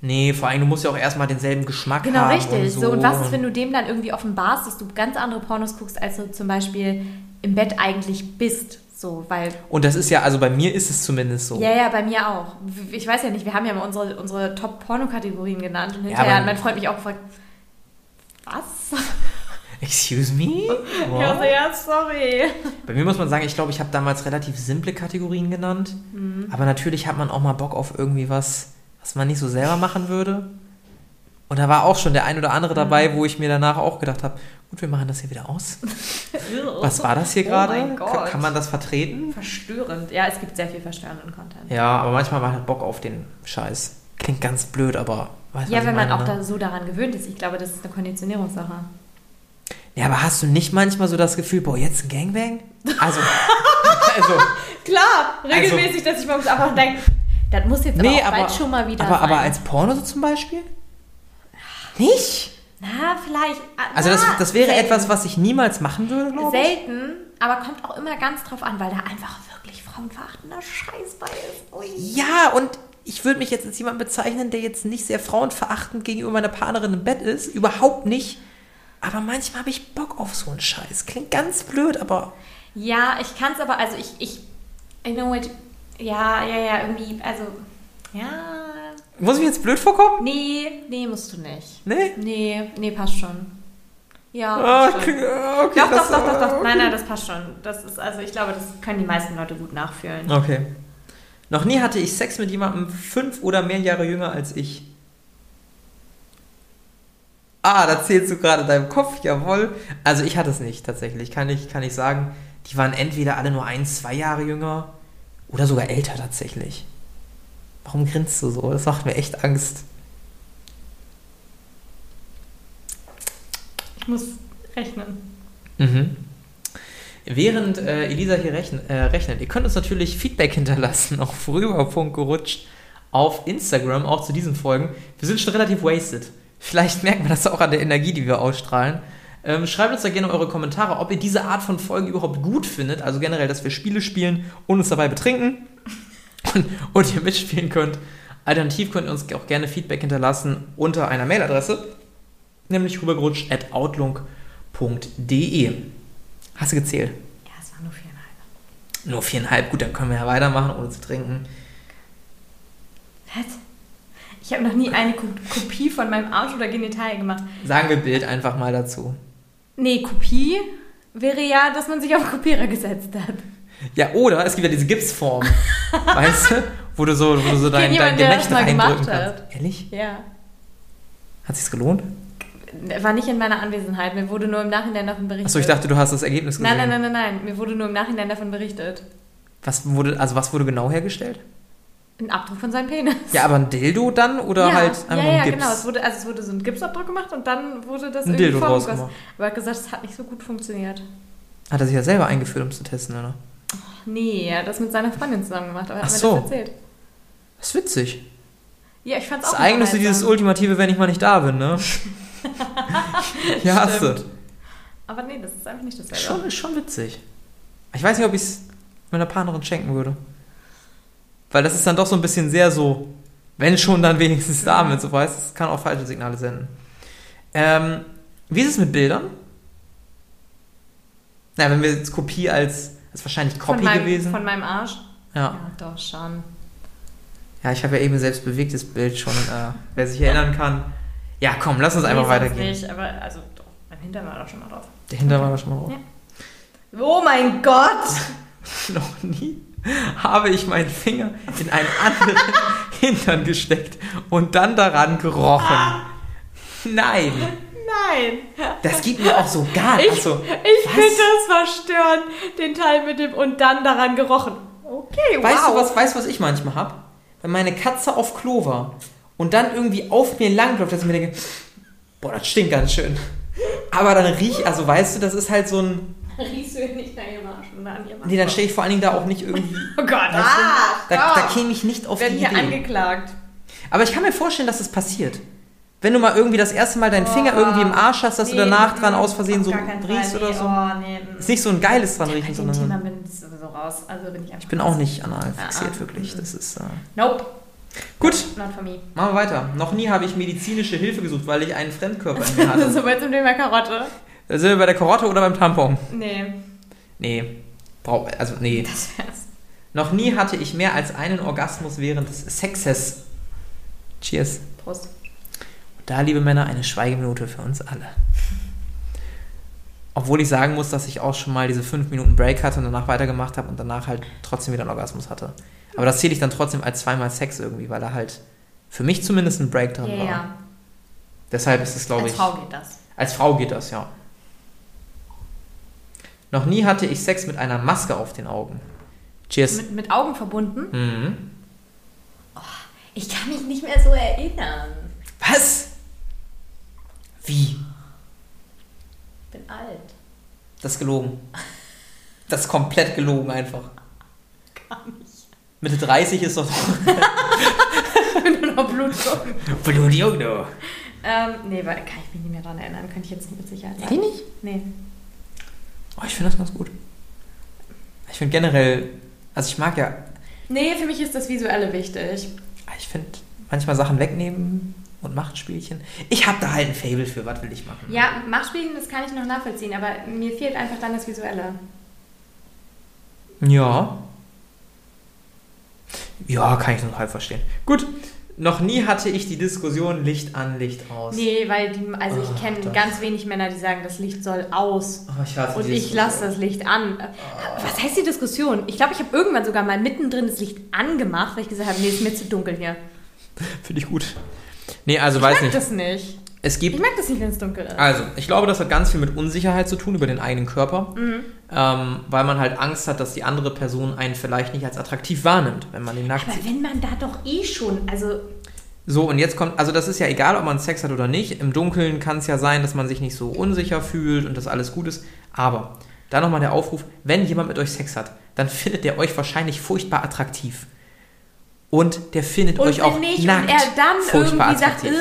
[SPEAKER 2] Nee, vor allem, du musst ja auch erstmal denselben Geschmack
[SPEAKER 3] Genau,
[SPEAKER 2] haben.
[SPEAKER 3] richtig.
[SPEAKER 2] Und
[SPEAKER 3] so.
[SPEAKER 2] so.
[SPEAKER 3] und was ist, wenn du dem dann irgendwie offenbarst, dass du ganz andere Pornos guckst, als du zum Beispiel im Bett eigentlich bist? So, weil,
[SPEAKER 2] Und das ist ja, also bei mir ist es zumindest so.
[SPEAKER 3] ja, ja, bei mir auch. Ich weiß ja nicht, wir haben ja mal unsere, unsere Top-Porno-Kategorien genannt und hinterher
[SPEAKER 2] aber-
[SPEAKER 3] hat mein Freund mich auch gefragt, was?
[SPEAKER 2] Excuse me?
[SPEAKER 3] Ja, so,
[SPEAKER 2] What?
[SPEAKER 3] ja, sorry.
[SPEAKER 2] Bei mir muss man sagen, ich glaube, ich habe damals relativ simple Kategorien genannt.
[SPEAKER 3] Mhm.
[SPEAKER 2] Aber natürlich hat man auch mal Bock auf irgendwie was, was man nicht so selber machen würde. Und da war auch schon der ein oder andere dabei,
[SPEAKER 3] Mhm.
[SPEAKER 2] wo ich mir danach auch gedacht habe, gut, wir machen das hier wieder aus. Was war das hier
[SPEAKER 3] Oh
[SPEAKER 2] gerade?
[SPEAKER 3] mein
[SPEAKER 2] Ka-
[SPEAKER 3] Gott.
[SPEAKER 2] Kann man das vertreten?
[SPEAKER 3] Verstörend. Ja, es gibt sehr viel verstörenden Content.
[SPEAKER 2] Ja, aber manchmal macht halt Bock auf den Scheiß. Klingt ganz blöd, aber weiß was
[SPEAKER 3] Ja, wenn
[SPEAKER 2] ich
[SPEAKER 3] man
[SPEAKER 2] meine,
[SPEAKER 3] auch
[SPEAKER 2] ne?
[SPEAKER 3] da so daran gewöhnt ist. Ich glaube, das ist eine Konditionierungssache.
[SPEAKER 2] Ja, aber hast du nicht manchmal so das Gefühl, boah, jetzt ein Gangbang? Also, also
[SPEAKER 3] Klar,
[SPEAKER 2] regelmäßig,
[SPEAKER 3] dass ich morgens einfach denke, das muss jetzt
[SPEAKER 2] Also- nee,
[SPEAKER 3] aber, auch
[SPEAKER 2] aber,
[SPEAKER 3] bald schon mal wieder
[SPEAKER 2] aber,
[SPEAKER 3] sein.
[SPEAKER 2] aber als Porno so zum Beispiel? Nicht?
[SPEAKER 3] Na, vielleicht. ah,
[SPEAKER 2] Also
[SPEAKER 3] na,
[SPEAKER 2] das, das wäre
[SPEAKER 3] selten.
[SPEAKER 2] etwas, was ich niemals machen würde, glaube ich.
[SPEAKER 3] Selten, aber kommt auch immer ganz drauf an, weil da einfach wirklich frauenverachtender Scheiß bei ist. Ui.
[SPEAKER 2] Ja, und ich würde mich jetzt als jemand bezeichnen, der jetzt nicht sehr frauenverachtend gegenüber meiner Partnerin im Bett ist. Überhaupt nicht. Aber manchmal habe ich Bock auf so einen Scheiß. Klingt ganz blöd, aber
[SPEAKER 3] Ja, ich kann es aber, also ich, ich, I know it. Ja, ja, ja, irgendwie, also, ja.
[SPEAKER 2] muss ich mir jetzt blöd vorkommen?
[SPEAKER 3] Nee, nee, musst du nicht.
[SPEAKER 2] Nee?
[SPEAKER 3] Nee, nee, passt schon. Ja,
[SPEAKER 2] Ah,
[SPEAKER 3] passt schon.
[SPEAKER 2] klingt- ah, okay,
[SPEAKER 3] Doch,
[SPEAKER 2] das-
[SPEAKER 3] doch, doch, doch, doch. Nein, nein, das passt schon. Das ist, also ich glaube, das können die meisten Leute gut nachfühlen.
[SPEAKER 2] Okay. Noch nie hatte ich Sex mit jemandem fünf oder mehr Jahre jünger als ich. Ah, da zählst du gerade deinem Kopf, jawohl. Also ich hatte es nicht tatsächlich, kann ich, kann ich sagen. Die waren entweder alle nur ein, zwei Jahre jünger oder sogar älter tatsächlich. Warum grinst du so? Das macht mir echt Angst.
[SPEAKER 3] Ich muss rechnen.
[SPEAKER 2] Mhm. Während äh, Elisa hier rechn äh, rechnet, ihr könnt uns natürlich Feedback hinterlassen auf rüber.gerutscht auf Instagram, auch zu diesen Folgen. Wir sind schon relativ wasted. Vielleicht merkt man das auch an der Energie, die wir ausstrahlen. Ähm, schreibt uns da gerne eure Kommentare, ob ihr diese Art von Folgen überhaupt gut findet. Also generell, dass wir Spiele spielen und uns dabei betrinken und, und ihr mitspielen könnt. Alternativ könnt ihr uns auch gerne Feedback hinterlassen unter einer Mailadresse, nämlich rübergerutscht at outlook.de. Hast du gezählt?
[SPEAKER 3] Ja, es waren nur viereinhalb.
[SPEAKER 2] Nur viereinhalb, gut, dann können wir ja weitermachen, ohne zu trinken.
[SPEAKER 3] Was? Ich habe noch nie eine Ko Kopie von meinem Arsch oder Genital gemacht.
[SPEAKER 2] Sagen wir Bild einfach mal dazu.
[SPEAKER 3] Nee, Kopie wäre ja, dass man sich auf den Kopierer gesetzt hat.
[SPEAKER 2] Ja, oder es gibt ja diese Gipsform. weißt du? Wo du so, wo du so dein,
[SPEAKER 3] kenn
[SPEAKER 2] dein
[SPEAKER 3] jemanden, der das
[SPEAKER 2] Gemächt
[SPEAKER 3] mal
[SPEAKER 2] reindrücken
[SPEAKER 3] gemacht hat.
[SPEAKER 2] kannst. Ehrlich?
[SPEAKER 3] Ja.
[SPEAKER 2] Hat sich's gelohnt?
[SPEAKER 3] War nicht in meiner Anwesenheit. Mir wurde nur im Nachhinein davon berichtet.
[SPEAKER 2] Achso, ich dachte, du hast das Ergebnis gesehen.
[SPEAKER 3] Nein, nein, nein, nein, nein. Mir wurde nur im Nachhinein davon berichtet.
[SPEAKER 2] Was wurde, also was wurde genau hergestellt?
[SPEAKER 3] Ein Abdruck von seinem Penis.
[SPEAKER 2] Ja, aber ein Dildo dann oder
[SPEAKER 3] ja,
[SPEAKER 2] halt einfach
[SPEAKER 3] ja,
[SPEAKER 2] ein
[SPEAKER 3] ja,
[SPEAKER 2] Gips?
[SPEAKER 3] genau. Es wurde, also es wurde so ein Gipsabdruck gemacht und dann wurde das
[SPEAKER 2] Ein
[SPEAKER 3] irgendwie
[SPEAKER 2] Dildo draus
[SPEAKER 3] vorgegossen.
[SPEAKER 2] gemacht.
[SPEAKER 3] Aber er hat gesagt, es hat nicht so gut funktioniert.
[SPEAKER 2] Hat er sich ja selber eingeführt, um es zu testen, oder?
[SPEAKER 3] Nee, er hat das mit seiner Freundin zusammen gemacht, aber er hat
[SPEAKER 2] Ach
[SPEAKER 3] mir
[SPEAKER 2] so.
[SPEAKER 3] das erzählt.
[SPEAKER 2] Das ist witzig.
[SPEAKER 3] Ja, ich fand's
[SPEAKER 2] Das
[SPEAKER 3] auch
[SPEAKER 2] ist eigentlich so dieses
[SPEAKER 3] unterhaltsam.
[SPEAKER 2] ultimative, wenn ich mal nicht da bin, ne? ja, hast du.
[SPEAKER 3] Aber nee, das ist einfach nicht dasselbe.
[SPEAKER 2] Schon, ist schon witzig. Ich weiß nicht, ob ich es meiner Partnerin schenken würde. Weil das ist dann doch so ein bisschen sehr so, wenn schon, dann wenigstens damit, so weißt du, es kann auch falsche Signale senden. Ähm, wie ist es mit Bildern? Na, wenn wir jetzt Kopie als, als wahrscheinlich
[SPEAKER 3] von
[SPEAKER 2] Copy
[SPEAKER 3] meinem,
[SPEAKER 2] gewesen. Ah.
[SPEAKER 3] Von meinem Arsch?
[SPEAKER 2] ja.
[SPEAKER 3] Ja, doch schon.
[SPEAKER 2] ja, ich habe ja eben selbst bewegtes Bild schon, äh, wer sich erinnern kann. Ja, komm, lass uns einfach
[SPEAKER 3] nee, sonst
[SPEAKER 2] weitergehen.
[SPEAKER 3] Nicht, aber also doch, mein Hintern war doch schon mal drauf.
[SPEAKER 2] Der Hintern war schon mal drauf.
[SPEAKER 3] Ja. Oh mein Gott!
[SPEAKER 2] Noch nie habe ich meinen Finger in einen anderen Hintern gesteckt und dann daran gerochen.
[SPEAKER 3] Ah.
[SPEAKER 2] Nein,
[SPEAKER 3] Nein!
[SPEAKER 2] das geht mir auch so gar nicht.
[SPEAKER 3] Ich,
[SPEAKER 2] Also,
[SPEAKER 3] ich
[SPEAKER 2] was?
[SPEAKER 3] finde das verstörend, den Teil mit dem und dann daran gerochen. Okay,
[SPEAKER 2] weißt
[SPEAKER 3] wow.
[SPEAKER 2] du, was, weißt, du, was ich manchmal habe? Wenn meine Katze auf Klo war und dann irgendwie auf mir langläuft, dass ich mir denke, boah, das stinkt ganz schön. Aber dann riech, also weißt du, das ist halt so ein.
[SPEAKER 3] Riechst du nicht nach ihrem Arsch oder an ihrem Arsch?
[SPEAKER 2] Nee, dann stehe ich vor allen Dingen da auch nicht irgendwie.
[SPEAKER 3] Oh Gott,
[SPEAKER 2] Weißt
[SPEAKER 3] ah,
[SPEAKER 2] du, da, da
[SPEAKER 3] stopp.
[SPEAKER 2] käme ich nicht auf
[SPEAKER 3] werden
[SPEAKER 2] die
[SPEAKER 3] hier
[SPEAKER 2] Idee.
[SPEAKER 3] angeklagt.
[SPEAKER 2] Aber ich kann mir vorstellen, dass es das passiert. Wenn du mal irgendwie das erste Mal deinen Finger irgendwie im Arsch hast, dass du
[SPEAKER 3] Nee,
[SPEAKER 2] danach
[SPEAKER 3] mm,
[SPEAKER 2] dran aus Versehen
[SPEAKER 3] auf
[SPEAKER 2] so
[SPEAKER 3] gar keinen
[SPEAKER 2] riechst
[SPEAKER 3] Fall,
[SPEAKER 2] oder
[SPEAKER 3] nee,
[SPEAKER 2] so.
[SPEAKER 3] Oh, nee, mm.
[SPEAKER 2] Ist nicht so ein geiles dran riechen,
[SPEAKER 3] Bei dem
[SPEAKER 2] sondern
[SPEAKER 3] Thema bin ich sowieso raus. Also bin ich einfach
[SPEAKER 2] ich bin auch nicht anal
[SPEAKER 3] Ah,
[SPEAKER 2] fixiert,
[SPEAKER 3] ah.
[SPEAKER 2] wirklich. Das ist äh
[SPEAKER 3] Nope,
[SPEAKER 2] gut.
[SPEAKER 3] not for me.
[SPEAKER 2] Machen wir weiter. Noch nie habe ich medizinische Hilfe gesucht, weil ich einen Fremdkörper in mir hatte.
[SPEAKER 3] so weit zum Thema Karotte.
[SPEAKER 2] Da Sind wir bei der Karotte oder beim Tampon?
[SPEAKER 3] Nee,
[SPEAKER 2] Nee. Brauch, also nee.
[SPEAKER 3] das wär's.
[SPEAKER 2] Noch nie hatte ich mehr als einen Orgasmus während des Sexes. Cheers.
[SPEAKER 3] Prost.
[SPEAKER 2] Da, liebe Männer, eine Schweigeminute für uns alle. Obwohl ich sagen muss, dass ich auch schon mal diese 5 Minuten Break hatte und danach weitergemacht habe und danach halt trotzdem wieder einen Orgasmus hatte. Aber das zähle ich dann trotzdem als zweimal Sex irgendwie, weil da halt für mich zumindest ein Break
[SPEAKER 3] Ja,
[SPEAKER 2] drin war.
[SPEAKER 3] ja.
[SPEAKER 2] Deshalb ist es, glaube
[SPEAKER 3] Als
[SPEAKER 2] ich.
[SPEAKER 3] Frau geht das.
[SPEAKER 2] Als Frau geht das, ja. Noch nie hatte ich Sex mit einer Maske auf den Augen. Cheers.
[SPEAKER 3] Mit, mit Augen verbunden?
[SPEAKER 2] Mhm.
[SPEAKER 3] Ich kann mich nicht mehr so erinnern.
[SPEAKER 2] Was? Wie?
[SPEAKER 3] Bin alt.
[SPEAKER 2] Das ist gelogen. Das ist komplett gelogen einfach.
[SPEAKER 3] Gar nicht.
[SPEAKER 2] Mitte 30 ist doch
[SPEAKER 3] Ich bin nur noch Blutdruck.
[SPEAKER 2] Blutung, du.
[SPEAKER 3] Ähm, nee, weil, kann ich mich nicht mehr dran erinnern. Könnte ich jetzt nicht mit Sicherheit sagen.
[SPEAKER 2] Ehrlich nicht?
[SPEAKER 3] Nee.
[SPEAKER 2] Oh, ich finde das ganz gut. Ich finde generell, also ich mag ja,
[SPEAKER 3] Nee, für mich ist das Visuelle wichtig.
[SPEAKER 2] ich finde manchmal Sachen wegnehmen und Machtspielchen. Ich habe da halt ein Fable für, was will ich machen?
[SPEAKER 3] Ja, Machspielen, das kann ich noch nachvollziehen, aber mir fehlt einfach dann das Visuelle.
[SPEAKER 2] Ja. Ja, kann ich nur halb verstehen. Gut. Noch nie hatte ich die Diskussion Licht an, Licht aus.
[SPEAKER 3] Nee, weil die, also ich
[SPEAKER 2] Ach,
[SPEAKER 3] kenne
[SPEAKER 2] Ah, das.
[SPEAKER 3] ganz wenig Männer, die sagen, das Licht soll aus.
[SPEAKER 2] Oh, ich hasse
[SPEAKER 3] Und
[SPEAKER 2] die
[SPEAKER 3] ich lasse
[SPEAKER 2] Diskussion.
[SPEAKER 3] das Licht an. Was heißt die Diskussion? Ich glaube, ich habe irgendwann sogar mal mittendrin das Licht angemacht, weil ich gesagt habe, nee, ist mir zu dunkel hier.
[SPEAKER 2] Finde ich gut. Nee, also
[SPEAKER 3] Ich
[SPEAKER 2] weiß
[SPEAKER 3] mag
[SPEAKER 2] nicht.
[SPEAKER 3] das nicht.
[SPEAKER 2] Es
[SPEAKER 3] Ich
[SPEAKER 2] gibt
[SPEAKER 3] mag das nicht, wenn es dunkel ist.
[SPEAKER 2] Also, ich glaube, das hat ganz viel mit Unsicherheit zu tun über den eigenen Körper, ähm, weil man halt Angst hat, dass die andere Person einen vielleicht nicht als attraktiv wahrnimmt, wenn man ihn nackt
[SPEAKER 3] Aber
[SPEAKER 2] sieht.
[SPEAKER 3] wenn man da doch eh schon, also
[SPEAKER 2] So, und jetzt kommt, also das ist ja egal, ob man Sex hat oder nicht. Im Dunkeln kann es ja sein, dass man sich nicht so unsicher fühlt und dass alles gut ist. Aber, da nochmal der Aufruf, wenn jemand mit euch Sex hat, dann findet der euch wahrscheinlich furchtbar attraktiv. Und der findet
[SPEAKER 3] und
[SPEAKER 2] euch auch
[SPEAKER 3] wenn nicht
[SPEAKER 2] nackt
[SPEAKER 3] und er dann
[SPEAKER 2] furchtbar
[SPEAKER 3] irgendwie sagt,
[SPEAKER 2] attraktiv.
[SPEAKER 3] äh,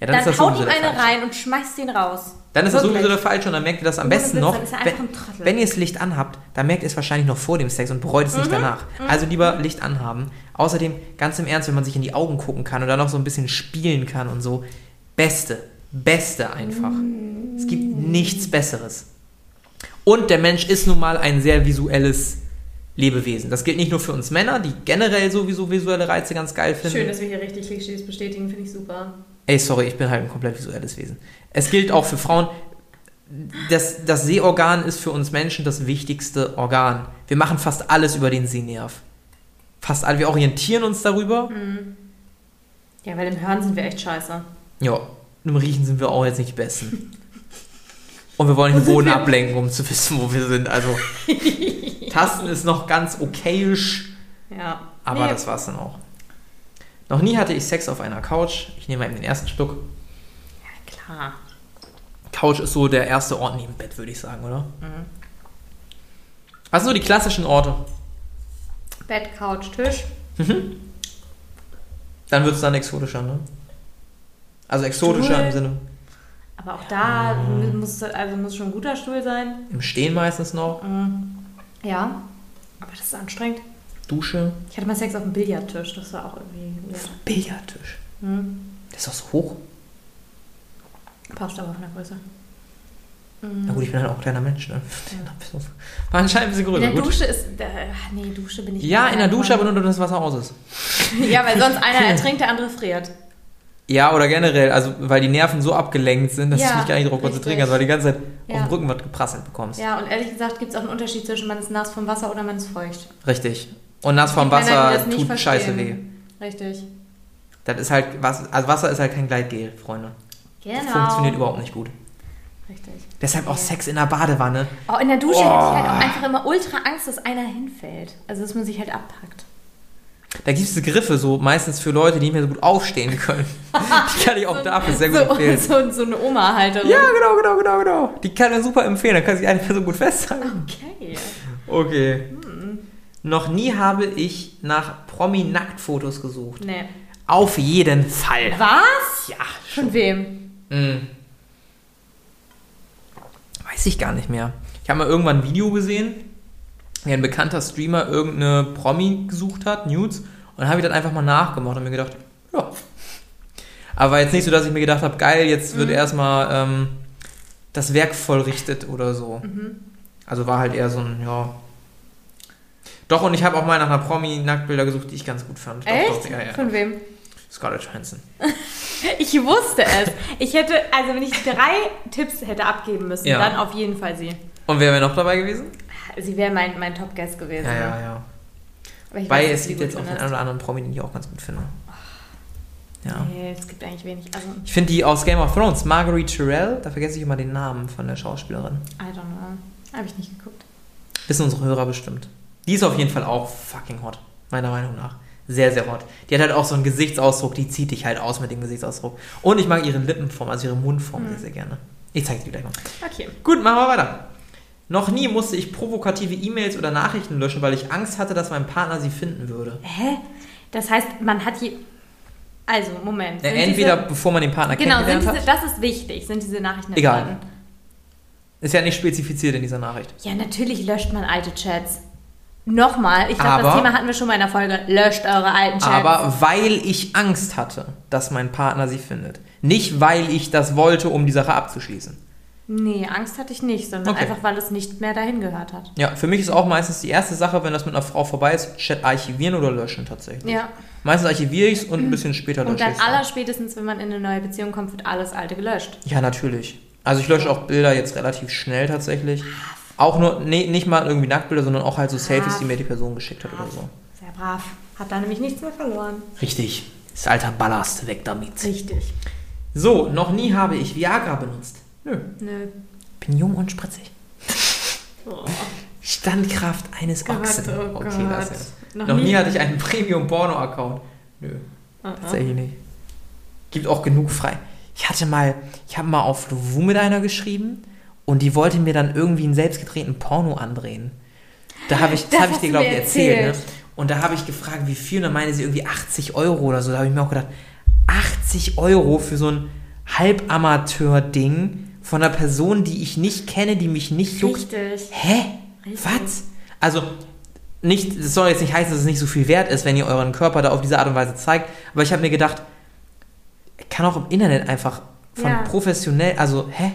[SPEAKER 2] ja,
[SPEAKER 3] dann,
[SPEAKER 2] ist das
[SPEAKER 3] haut
[SPEAKER 2] sowieso
[SPEAKER 3] ihm
[SPEAKER 2] der
[SPEAKER 3] eine
[SPEAKER 2] Fall.
[SPEAKER 3] rein und schmeißt ihn raus.
[SPEAKER 2] Dann ist das
[SPEAKER 3] Wirklich.
[SPEAKER 2] sowieso der falsche und dann merkt ihr das am
[SPEAKER 3] Ohne
[SPEAKER 2] besten
[SPEAKER 3] Witz,
[SPEAKER 2] noch.
[SPEAKER 3] dann ist er einfach
[SPEAKER 2] wenn,
[SPEAKER 3] ein Trottel.
[SPEAKER 2] wenn ihr das Licht anhabt, dann merkt ihr es wahrscheinlich noch vor dem Sex und bereut es
[SPEAKER 3] Mhm.
[SPEAKER 2] nicht danach. Also lieber Licht anhaben. Außerdem, ganz im Ernst, wenn man sich in die Augen gucken kann und dann noch so ein bisschen spielen kann und so. Beste, beste einfach. Es gibt nichts Besseres. Und der Mensch ist nun mal ein sehr visuelles Lebewesen. Das gilt nicht nur für uns Männer, die generell sowieso visuelle Reize ganz geil finden.
[SPEAKER 3] Schön, dass wir hier richtig Klischees bestätigen, finde ich super.
[SPEAKER 2] Ey, sorry, ich bin halt ein komplett visuelles Wesen. Es gilt auch für Frauen. Das, das Sehorgan ist für uns Menschen das wichtigste Organ. Wir machen fast alles über den Sehnerv. Fast alle. Wir orientieren uns darüber.
[SPEAKER 3] Ja, weil im Hören sind wir echt scheiße.
[SPEAKER 2] Ja, im Riechen sind wir auch jetzt nicht die Besten. Und wir wollen den Boden ablenken, um zu wissen, wo wir sind. Also, Tasten ist noch ganz okayisch.
[SPEAKER 3] Ja.
[SPEAKER 2] Aber
[SPEAKER 4] Nee.
[SPEAKER 2] das war's dann auch. Noch nie hatte ich Sex auf einer Couch. Ich nehme mal eben den ersten Schluck.
[SPEAKER 3] Klar.
[SPEAKER 2] Couch ist so der erste Ort neben Bett, würde ich sagen, oder?
[SPEAKER 3] Mhm.
[SPEAKER 2] Also so die klassischen Orte.
[SPEAKER 3] Bett, Couch, Tisch.
[SPEAKER 2] Dann wird es dann exotischer, ne? Also exotischer
[SPEAKER 3] Stuhl.
[SPEAKER 2] im Sinne.
[SPEAKER 3] Aber auch da
[SPEAKER 2] Ah.
[SPEAKER 3] muss, also muss schon ein guter Stuhl sein.
[SPEAKER 2] Im Stehen meistens noch.
[SPEAKER 3] Mhm. Ja. Aber das ist anstrengend.
[SPEAKER 2] Dusche.
[SPEAKER 3] Ich hatte mal Sex auf dem Billardtisch. Das war auch irgendwie. Ja.
[SPEAKER 2] Billardtisch. Das ist doch so hoch.
[SPEAKER 3] Passt aber von der Größe. Mhm.
[SPEAKER 2] Na gut, ich bin halt auch ein kleiner Mensch, ne? War anscheinend ein bisschen
[SPEAKER 3] In
[SPEAKER 2] größer.
[SPEAKER 3] der
[SPEAKER 2] Gut.
[SPEAKER 3] Dusche ist. Äh, ach nee, Dusche bin ich.
[SPEAKER 2] Ja, in der Dusche, aber
[SPEAKER 3] aber
[SPEAKER 2] nur, dass das Wasser aus ist.
[SPEAKER 3] Ja, weil sonst einer ertrinkt, der andere friert.
[SPEAKER 2] Ja, oder generell, also weil die Nerven so abgelenkt sind, dass
[SPEAKER 3] Ja,
[SPEAKER 2] du dich gar nicht darauf
[SPEAKER 3] richtig.
[SPEAKER 2] konzentrieren kannst, weil du die ganze Zeit
[SPEAKER 3] Ja.
[SPEAKER 2] auf dem Rücken was geprasselt bekommst.
[SPEAKER 3] Ja, und ehrlich gesagt gibt es auch einen Unterschied zwischen man ist nass vom Wasser oder man ist feucht.
[SPEAKER 2] Richtig. Und nass vom
[SPEAKER 3] Die Männer, die
[SPEAKER 2] Wasser
[SPEAKER 3] das nicht
[SPEAKER 2] tut
[SPEAKER 3] verstehen.
[SPEAKER 2] scheiße weh.
[SPEAKER 3] Richtig.
[SPEAKER 2] Das ist halt, was, also Wasser ist halt kein Gleitgel, Freunde.
[SPEAKER 3] Genau.
[SPEAKER 2] Das funktioniert überhaupt nicht gut.
[SPEAKER 3] Richtig.
[SPEAKER 2] Deshalb auch Sex in der Badewanne.
[SPEAKER 3] Oh, in der Dusche hätte ich halt
[SPEAKER 2] Oh.
[SPEAKER 3] auch einfach immer ultra Angst, dass einer hinfällt. Also, dass man sich halt abpackt.
[SPEAKER 2] Da gibt es Griffe, so meistens für Leute, die nicht mehr so gut aufstehen können. Die kann ich auch dafür sehr gut
[SPEAKER 3] So,
[SPEAKER 2] empfehlen.
[SPEAKER 3] so, so eine Oma-Halterung.
[SPEAKER 2] Ja, genau, genau, genau, genau. Die kann man super empfehlen, da kann sich eine Person gut festhalten.
[SPEAKER 3] Okay.
[SPEAKER 2] Okay.
[SPEAKER 3] Hm.
[SPEAKER 2] Noch nie habe ich nach Promi-Nacktfotos gesucht.
[SPEAKER 3] Nee.
[SPEAKER 2] Auf jeden Fall.
[SPEAKER 3] Was?
[SPEAKER 2] Ja.
[SPEAKER 3] Von wem?
[SPEAKER 2] Mhm. Weiß ich gar nicht mehr. Ich habe mal irgendwann ein Video gesehen, wie ein bekannter Streamer irgendeine Promi gesucht hat, Nudes, und habe ich dann einfach mal nachgemacht und mir gedacht, ja. Aber war jetzt nicht so, dass ich mir gedacht habe, geil, jetzt
[SPEAKER 3] Mhm.
[SPEAKER 2] wird erstmal ähm, das Werk vollrichtet oder so.
[SPEAKER 3] Mhm.
[SPEAKER 2] Also war halt eher so ein, ja. Doch, und ich habe auch mal nach einer Promi-Nacktbilder gesucht, die ich ganz gut fand. Doch,
[SPEAKER 3] Echt?
[SPEAKER 2] Doch, ja, ja.
[SPEAKER 3] Von wem?
[SPEAKER 2] Scarlett Johansson.
[SPEAKER 3] Ich wusste es. Ich hätte, also wenn ich drei Tipps hätte abgeben müssen,
[SPEAKER 2] Ja.
[SPEAKER 3] dann auf jeden Fall sie.
[SPEAKER 2] Und wer wäre noch dabei gewesen?
[SPEAKER 3] Sie wäre mein, mein Top-Guest gewesen.
[SPEAKER 2] Ja, ja, ja.
[SPEAKER 3] Aber ich
[SPEAKER 2] Wobei
[SPEAKER 3] weiß, dass
[SPEAKER 2] es
[SPEAKER 3] du sie
[SPEAKER 2] gibt
[SPEAKER 3] gut
[SPEAKER 2] jetzt auch den
[SPEAKER 3] findest.
[SPEAKER 2] einen oder anderen Promi, den ich auch ganz gut finde. Ja.
[SPEAKER 3] Nee, es gibt eigentlich wenig. Also,
[SPEAKER 2] Ich finde die aus Game of Thrones, Marguerite Tyrell, da vergesse ich immer den Namen von der Schauspielerin.
[SPEAKER 3] I don't know. Habe ich nicht geguckt.
[SPEAKER 2] Wissen unsere Hörer bestimmt. Die ist auf jeden Fall auch fucking hot, meiner Meinung nach. Sehr, sehr hot. Die hat halt auch so einen Gesichtsausdruck, die zieht dich halt aus mit dem Gesichtsausdruck. Und ich mag ihre Lippenform, also ihre Mundform
[SPEAKER 3] Mhm.
[SPEAKER 2] sehr, sehr gerne. Ich zeige dir gleich mal.
[SPEAKER 3] Okay.
[SPEAKER 2] Gut, machen wir weiter. Noch nie musste ich provokative E-Mails oder Nachrichten löschen, weil ich Angst hatte, dass mein Partner sie finden würde.
[SPEAKER 3] Hä? Das heißt, man hat je. Also, Moment.
[SPEAKER 2] Ja,
[SPEAKER 3] Sind
[SPEAKER 2] Äh, entweder
[SPEAKER 3] Diese,
[SPEAKER 2] bevor man den Partner
[SPEAKER 3] genau, sind
[SPEAKER 2] kennengelernt hat.
[SPEAKER 3] diese, das ist wichtig, sind diese Nachrichten
[SPEAKER 2] Egal.
[SPEAKER 3] entstanden?
[SPEAKER 2] Ist ja nicht spezifiziert in dieser Nachricht.
[SPEAKER 3] Ja, natürlich löscht man alte Chats. Nochmal, ich glaube, das
[SPEAKER 2] Aber-
[SPEAKER 3] Thema hatten wir schon mal in der Folge. Löscht eure alten Chats.
[SPEAKER 2] Aber weil ich Angst hatte, dass mein Partner sie findet. Nicht, weil ich das wollte, um die Sache abzuschließen.
[SPEAKER 3] nee, Angst hatte ich nicht, sondern
[SPEAKER 2] Okay.
[SPEAKER 3] einfach, weil es nicht mehr dahin gehört hat.
[SPEAKER 2] Ja, für mich ist auch meistens die erste Sache, wenn das mit einer Frau vorbei ist, Chat archivieren oder löschen tatsächlich.
[SPEAKER 3] Ja.
[SPEAKER 2] Meistens archiviere ich es und ein bisschen später
[SPEAKER 3] Und
[SPEAKER 2] lösche
[SPEAKER 3] dann
[SPEAKER 2] ich es.
[SPEAKER 3] allerspätestens, wenn man in eine neue Beziehung kommt, wird alles alte gelöscht.
[SPEAKER 2] Ja, natürlich. Also ich lösche auch Bilder jetzt relativ schnell tatsächlich. Auch nur, nee, nicht mal irgendwie Nacktbilder, sondern auch halt so Selfies, die mir die Person geschickt hat oder so.
[SPEAKER 3] Sehr brav. Hat da nämlich nichts mehr verloren.
[SPEAKER 2] Richtig. Ist alter Ballast, weg damit.
[SPEAKER 3] Richtig.
[SPEAKER 2] So, noch nie habe ich Viagra benutzt. Nö.
[SPEAKER 3] Nö.
[SPEAKER 2] Bin jung und spritzig.
[SPEAKER 3] Oh,
[SPEAKER 2] Standkraft eines
[SPEAKER 3] Gott,
[SPEAKER 2] Ochsen.
[SPEAKER 3] oh
[SPEAKER 2] okay,
[SPEAKER 3] Gott.
[SPEAKER 2] das ist.
[SPEAKER 3] Noch
[SPEAKER 2] Noch, nie
[SPEAKER 3] nie? Oh,
[SPEAKER 2] hatte ich einen Premium-Porno-Account. Nö, tatsächlich nicht. Gibt auch genug frei. Ich hatte mal, ich habe mal auf Wu mit einer geschrieben und die wollte mir dann irgendwie einen selbstgedrehten Porno andrehen. Da habe ich, das,
[SPEAKER 3] Das
[SPEAKER 2] habe ich
[SPEAKER 3] hast
[SPEAKER 2] dir,
[SPEAKER 3] du
[SPEAKER 2] glaube ich,
[SPEAKER 3] mir
[SPEAKER 2] erzählt.
[SPEAKER 3] erzählt.
[SPEAKER 2] Ne? Und da habe ich gefragt, wie viel, und dann meinte sie irgendwie 80 Euro oder so. Da habe ich mir auch gedacht, 80 Euro für so ein Halbamateur-Ding von einer Person, die ich nicht kenne, die mich nicht juckt.
[SPEAKER 3] Richtig.
[SPEAKER 2] Hä?
[SPEAKER 3] Richtig.
[SPEAKER 2] Was? Also, nicht, das soll jetzt nicht heißen, dass es nicht so viel wert ist, wenn ihr euren Körper da auf diese Art und Weise zeigt, aber ich habe mir gedacht, kann auch im Internet einfach von
[SPEAKER 3] Ja.
[SPEAKER 2] professionell, also, hä?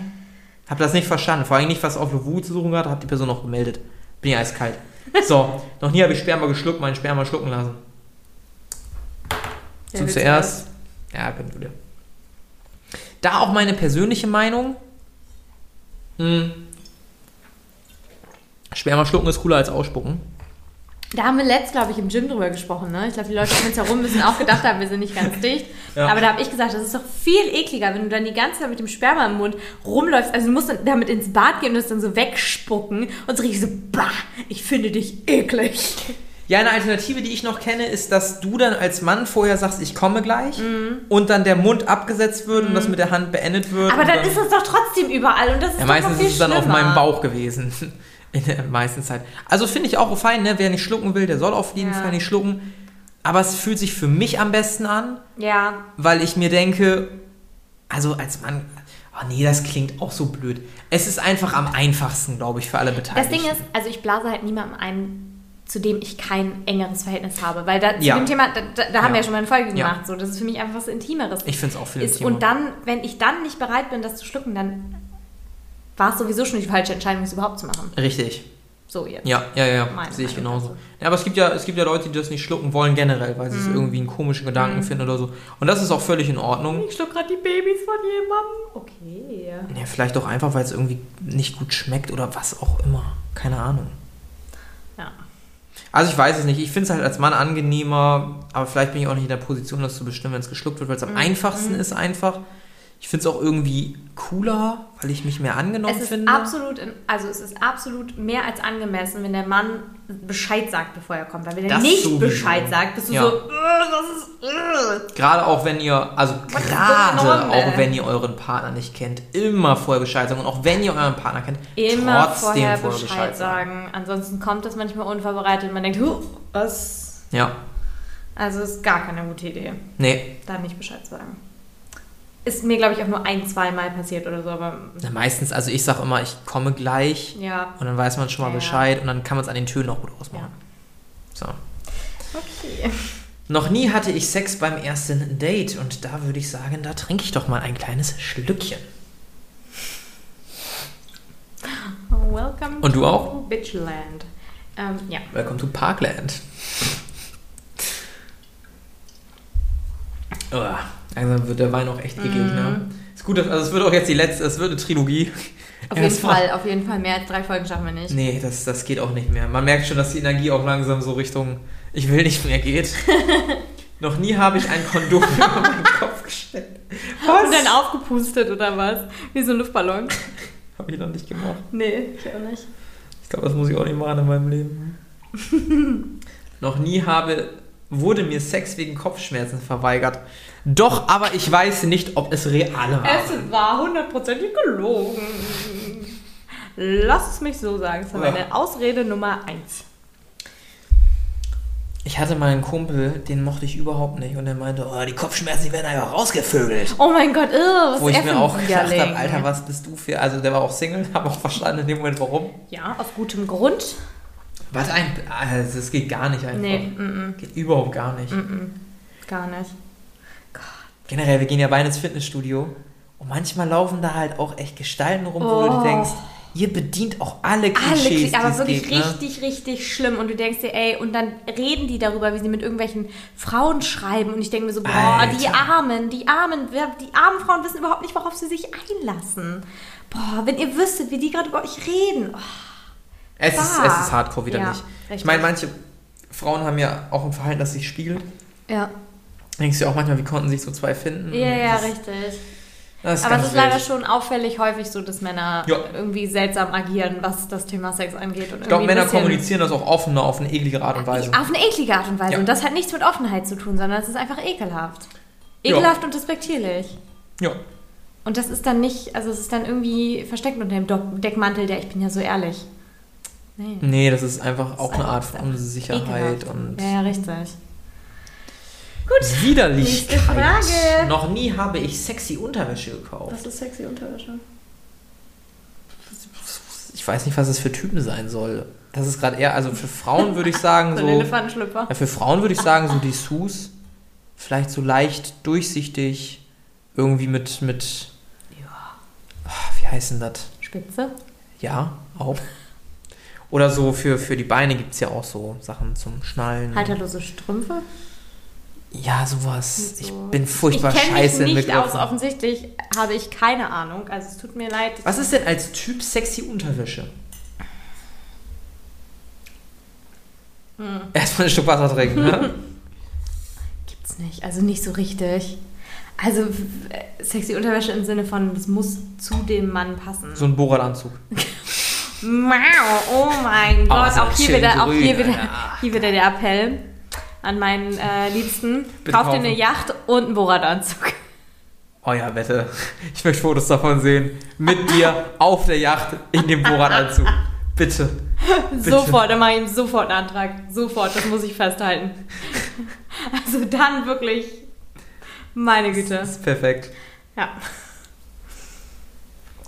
[SPEAKER 2] Hab das nicht verstanden. Vor allem nicht, was auf eine Wut zu suchen hat, hat die Person auch gemeldet. Bin ja eiskalt. So, noch nie habe ich Sperma geschluckt, meinen Sperma schlucken lassen.
[SPEAKER 3] Ja,
[SPEAKER 2] du
[SPEAKER 3] willst
[SPEAKER 2] zuerst? Ja, bin du dir. Da auch meine persönliche Meinung. Hm. Sperma schlucken ist cooler als ausspucken.
[SPEAKER 3] Da haben wir letzt, glaube ich, im Gym drüber gesprochen. Ne? Ich glaube, die Leute um uns herum müssen auch gedacht haben, wir sind nicht ganz dicht.
[SPEAKER 2] Ja.
[SPEAKER 3] Aber da habe ich gesagt, das ist doch viel ekliger, wenn du dann die ganze Zeit mit dem Sperma im Mund rumläufst. Also du musst dann damit ins Bad gehen und es dann so wegspucken. Und so richtig so, bah, ich finde dich eklig.
[SPEAKER 2] Ja, eine Alternative, die ich noch kenne, ist, dass du dann als Mann vorher sagst, ich komme gleich
[SPEAKER 4] Mhm.
[SPEAKER 2] und dann der Mund abgesetzt wird und das mit der Hand beendet wird.
[SPEAKER 4] Aber
[SPEAKER 2] und
[SPEAKER 4] dann ist es doch trotzdem überall und das ist
[SPEAKER 2] Ja,
[SPEAKER 4] doch
[SPEAKER 2] meistens
[SPEAKER 4] noch viel
[SPEAKER 2] ist es dann auf
[SPEAKER 4] schlimmer.
[SPEAKER 2] meinem Bauch gewesen. In der meisten Zeit. Also finde ich auch fein, ne? Wer nicht schlucken will, der soll auf jeden
[SPEAKER 3] Ja.
[SPEAKER 2] Fall nicht schlucken. Aber es fühlt sich für mich am besten an,
[SPEAKER 4] Ja,
[SPEAKER 2] weil ich mir denke, also als Mann, oh nee, das klingt auch so blöd. Es ist einfach am einfachsten, glaube ich, für alle
[SPEAKER 3] Das
[SPEAKER 2] Beteiligten.
[SPEAKER 3] Ding ist, also ich blase halt niemandem ein, zu dem ich kein engeres Verhältnis habe. Weil da, zu
[SPEAKER 2] Ja.
[SPEAKER 3] dem Thema, da, da, da haben
[SPEAKER 2] Ja.
[SPEAKER 3] wir ja schon mal eine Folge
[SPEAKER 2] Ja.
[SPEAKER 3] gemacht. So, das ist für mich einfach was Intimeres.
[SPEAKER 2] ich finde es auch viel
[SPEAKER 3] ist.
[SPEAKER 2] intimer.
[SPEAKER 3] Und dann, wenn ich dann nicht bereit bin, das zu schlucken, dann war es sowieso schon die falsche Entscheidung, es überhaupt zu machen.
[SPEAKER 2] Richtig.
[SPEAKER 3] So jetzt.
[SPEAKER 2] Ja, ja, ja, ja.
[SPEAKER 3] Meine
[SPEAKER 2] sehe ich
[SPEAKER 3] Meinung
[SPEAKER 2] genauso.
[SPEAKER 3] dazu.
[SPEAKER 2] Ja, aber es gibt ja, es gibt ja Leute, die das nicht schlucken wollen generell, weil sie
[SPEAKER 3] Mhm.
[SPEAKER 2] es irgendwie einen komischen Gedanken finden oder so. Und das ist auch völlig in Ordnung.
[SPEAKER 3] Ich schluck gerade die Babys von jemandem. Okay.
[SPEAKER 2] Ja, vielleicht auch einfach, weil es irgendwie nicht gut schmeckt oder was auch immer. Keine Ahnung.
[SPEAKER 3] Ja.
[SPEAKER 2] Also ich weiß es nicht. Ich finde es halt als Mann angenehmer, aber vielleicht bin ich auch nicht in der Position, das zu bestimmen, wenn es geschluckt wird, weil es
[SPEAKER 3] Mhm.
[SPEAKER 2] am einfachsten ist einfach. Ich finde es auch irgendwie cooler, weil ich mich mehr angenommen
[SPEAKER 3] Es ist
[SPEAKER 2] finde.
[SPEAKER 3] absolut, in, also es ist absolut mehr als angemessen, wenn der Mann Bescheid sagt, bevor er kommt. Weil wenn er
[SPEAKER 2] Das
[SPEAKER 3] nicht
[SPEAKER 2] sowieso.
[SPEAKER 3] Bescheid sagt, bist du
[SPEAKER 2] Ja.
[SPEAKER 3] so, "Äh, das ist, äh."
[SPEAKER 2] Gerade auch wenn ihr, also
[SPEAKER 3] is going
[SPEAKER 2] gerade
[SPEAKER 3] on,
[SPEAKER 2] auch
[SPEAKER 3] ey?
[SPEAKER 2] wenn ihr euren Partner nicht kennt, immer vorher Bescheid sagen. Und auch wenn ihr euren Partner kennt,
[SPEAKER 3] äh." immer
[SPEAKER 2] trotzdem
[SPEAKER 3] vorher
[SPEAKER 2] vorher
[SPEAKER 3] Bescheid, sagen. Ansonsten kommt das manchmal unvorbereitet und man denkt, "Huh, was?
[SPEAKER 2] Ja,
[SPEAKER 3] Also ist gar keine gute Idee,
[SPEAKER 2] nee.
[SPEAKER 3] da nicht Bescheid sagen. Ist mir, glaube ich, auch nur ein, zweimal passiert oder so, aber
[SPEAKER 2] Na, Meistens, also ich sage immer, ich komme gleich.
[SPEAKER 3] ja.
[SPEAKER 2] Und dann weiß man schon mal
[SPEAKER 3] Ja.
[SPEAKER 2] Bescheid und dann kann man es an den Tönen auch gut ausmachen. So.
[SPEAKER 3] Okay.
[SPEAKER 2] Noch nie hatte ich Sex beim ersten Date und da würde ich sagen, da trinke ich doch mal ein kleines Schlückchen.
[SPEAKER 3] Welcome
[SPEAKER 2] Und du
[SPEAKER 3] to
[SPEAKER 2] auch?
[SPEAKER 3] Bitchland. Ähm, ja.
[SPEAKER 2] Welcome to Parkland. Uah, langsam Oh, also wird der Wein auch echt eklig, ne?
[SPEAKER 3] Mhm.
[SPEAKER 2] Ist gut, dass- also es wird auch jetzt die letzte, es wird eine Trilogie.
[SPEAKER 3] Auf jeden
[SPEAKER 2] Erstmal-
[SPEAKER 3] Fall, auf jeden Fall. Mehr als drei Folgen schaffen wir nicht.
[SPEAKER 2] Nee, das, das geht auch nicht mehr. Man merkt schon, dass die Energie auch langsam so Richtung Ich will nicht mehr geht. Noch nie habe ich ein Kondom über meinen Kopf gestellt. Was?
[SPEAKER 3] Und dann aufgepustet oder was? Wie so ein Luftballon?
[SPEAKER 2] Habe ich noch nicht gemacht.
[SPEAKER 3] Nee, ich auch nicht.
[SPEAKER 2] Ich glaube, das muss ich auch nicht machen in meinem Leben. Noch nie habe, wurde mir Sex wegen Kopfschmerzen verweigert. Doch, aber ich weiß nicht, ob es reale war.
[SPEAKER 3] Es war hundertprozentig gelogen. Lass es mich so sagen. Das war
[SPEAKER 2] Ja.
[SPEAKER 3] meine Ausrede Nummer eins.
[SPEAKER 2] Ich hatte mal einen Kumpel, den mochte ich überhaupt nicht. Und der meinte, oh, die Kopfschmerzen, die werden einfach rausgevögelt.
[SPEAKER 3] Oh mein Gott, irr, was
[SPEAKER 2] Wo
[SPEAKER 3] ist
[SPEAKER 2] ich
[SPEAKER 3] er für
[SPEAKER 2] mir
[SPEAKER 3] ein
[SPEAKER 2] auch gedacht
[SPEAKER 3] Widerling?
[SPEAKER 2] habe, Alter, was bist du für... Also der war auch Single, habe auch verstanden in dem Moment, warum.
[SPEAKER 3] Ja, aus gutem Grund.
[SPEAKER 2] Was ein... Also es geht gar nicht einfach.
[SPEAKER 3] Nee, mm,
[SPEAKER 2] Geht überhaupt gar nicht.
[SPEAKER 3] mm, gar nicht.
[SPEAKER 2] Generell, wir gehen ja beide ins Fitnessstudio und manchmal laufen da halt auch echt Gestalten rum, wo du
[SPEAKER 3] Oh.
[SPEAKER 2] dir denkst, ihr bedient auch alle
[SPEAKER 3] Alle
[SPEAKER 2] Klischees,
[SPEAKER 3] Klischees,
[SPEAKER 2] die
[SPEAKER 3] aber
[SPEAKER 2] es
[SPEAKER 3] wirklich
[SPEAKER 2] gibt, ne?
[SPEAKER 3] richtig, richtig schlimm. Und du denkst dir, ey, und dann reden die darüber, wie sie mit irgendwelchen Frauen schreiben. Und ich denke mir so, boah,
[SPEAKER 2] Alter.
[SPEAKER 3] die Armen, die Armen, wer- die armen Frauen wissen überhaupt nicht, worauf sie sich einlassen. Boah, wenn ihr wüsstet, wie die gerade über euch reden. Oh,
[SPEAKER 2] Es ist,
[SPEAKER 3] wahr.
[SPEAKER 2] es ist hardcore wieder
[SPEAKER 3] Ja,
[SPEAKER 2] nicht. Ich
[SPEAKER 3] richtig.
[SPEAKER 2] meine, manche Frauen haben ja auch ein Verhalten, das sich spiegelt.
[SPEAKER 3] ja.
[SPEAKER 2] Denkst du ja auch manchmal, wie konnten sich so zwei finden?
[SPEAKER 3] Ja, ja,
[SPEAKER 2] das,
[SPEAKER 3] richtig.
[SPEAKER 2] Das ist
[SPEAKER 3] Aber es
[SPEAKER 2] ganz
[SPEAKER 3] ist leider
[SPEAKER 2] wild.
[SPEAKER 3] schon auffällig häufig so, dass Männer
[SPEAKER 2] Ja.
[SPEAKER 3] irgendwie seltsam agieren, was das Thema Sex angeht. Und
[SPEAKER 2] Ich glaube,
[SPEAKER 3] irgendwie ein
[SPEAKER 2] Männer
[SPEAKER 3] bisschen-
[SPEAKER 2] kommunizieren das auch offener, auf eine eklige Art und Weise.
[SPEAKER 3] Auf eine eklige Art und Weise.
[SPEAKER 2] Ja.
[SPEAKER 3] Und das hat nichts mit Offenheit zu tun, sondern es ist einfach ekelhaft.
[SPEAKER 2] Ja.
[SPEAKER 3] Ekelhaft und respektierlich.
[SPEAKER 2] Ja.
[SPEAKER 3] Und das ist dann nicht, also es ist dann irgendwie versteckt unter dem Do Deckmantel der, ich bin ja so ehrlich. Nee.
[SPEAKER 2] Nee, das ist einfach auch eine
[SPEAKER 3] einfach-
[SPEAKER 2] Art von Unsicherheit
[SPEAKER 3] Ekelhaft.
[SPEAKER 2] und
[SPEAKER 3] Ja, ja, richtig.
[SPEAKER 2] Widerlichkeit.
[SPEAKER 3] Nächste Frage.
[SPEAKER 2] Noch nie habe ich sexy Unterwäsche gekauft.
[SPEAKER 3] ist sexy Unterwäsche?
[SPEAKER 2] ich weiß nicht, was es für Typen sein soll. Das ist gerade eher, also für Frauen würde ich sagen,
[SPEAKER 3] So,
[SPEAKER 2] so.
[SPEAKER 3] ein Elefantenschlüpper.
[SPEAKER 2] Ja, für Frauen würde ich sagen, so Dessous, vielleicht so leicht durchsichtig, irgendwie mit, mit. Ja. Wie heißt denn das?
[SPEAKER 3] Spitze.
[SPEAKER 2] Ja, auch. Oder so für, für die Beine gibt es ja auch so Sachen zum Schnallen.
[SPEAKER 3] Halterlose Strümpfe?
[SPEAKER 2] Ja, sowas. Ich
[SPEAKER 3] So.
[SPEAKER 2] bin furchtbar
[SPEAKER 3] ich kenne mich
[SPEAKER 2] scheiße in
[SPEAKER 3] nicht aus.
[SPEAKER 2] Begriffen.
[SPEAKER 3] Offensichtlich habe ich keine Ahnung. Also es tut mir leid.
[SPEAKER 2] Was ist denn als Typ sexy Unterwäsche? Hm. Erstmal ein Stück Wasser trinken, ne?
[SPEAKER 3] Gibt's nicht. Also nicht so richtig. Also w- äh, sexy Unterwäsche im Sinne von, das muss zu dem Mann passen.
[SPEAKER 2] So ein Borat-Anzug.
[SPEAKER 3] Wow, oh mein Gott.
[SPEAKER 2] so
[SPEAKER 3] auch hier
[SPEAKER 2] schön
[SPEAKER 3] wieder, auch
[SPEAKER 2] grün,
[SPEAKER 3] hier wieder,
[SPEAKER 2] Alter.
[SPEAKER 3] hier wieder der Appell an meinen äh, Liebsten.
[SPEAKER 2] Bitte
[SPEAKER 3] Kauft dir
[SPEAKER 2] kaufen.
[SPEAKER 3] eine Yacht und einen Borat-Anzug.
[SPEAKER 2] Oh ja, wette. Ich möchte Fotos davon sehen. Mit dir auf der Yacht in dem Borat-Anzug. Bitte.
[SPEAKER 3] Sofort, dann mache ich ihm sofort einen Antrag. Sofort, das muss ich festhalten. Also dann wirklich, meine Güte.
[SPEAKER 2] Das ist perfekt.
[SPEAKER 3] Ja.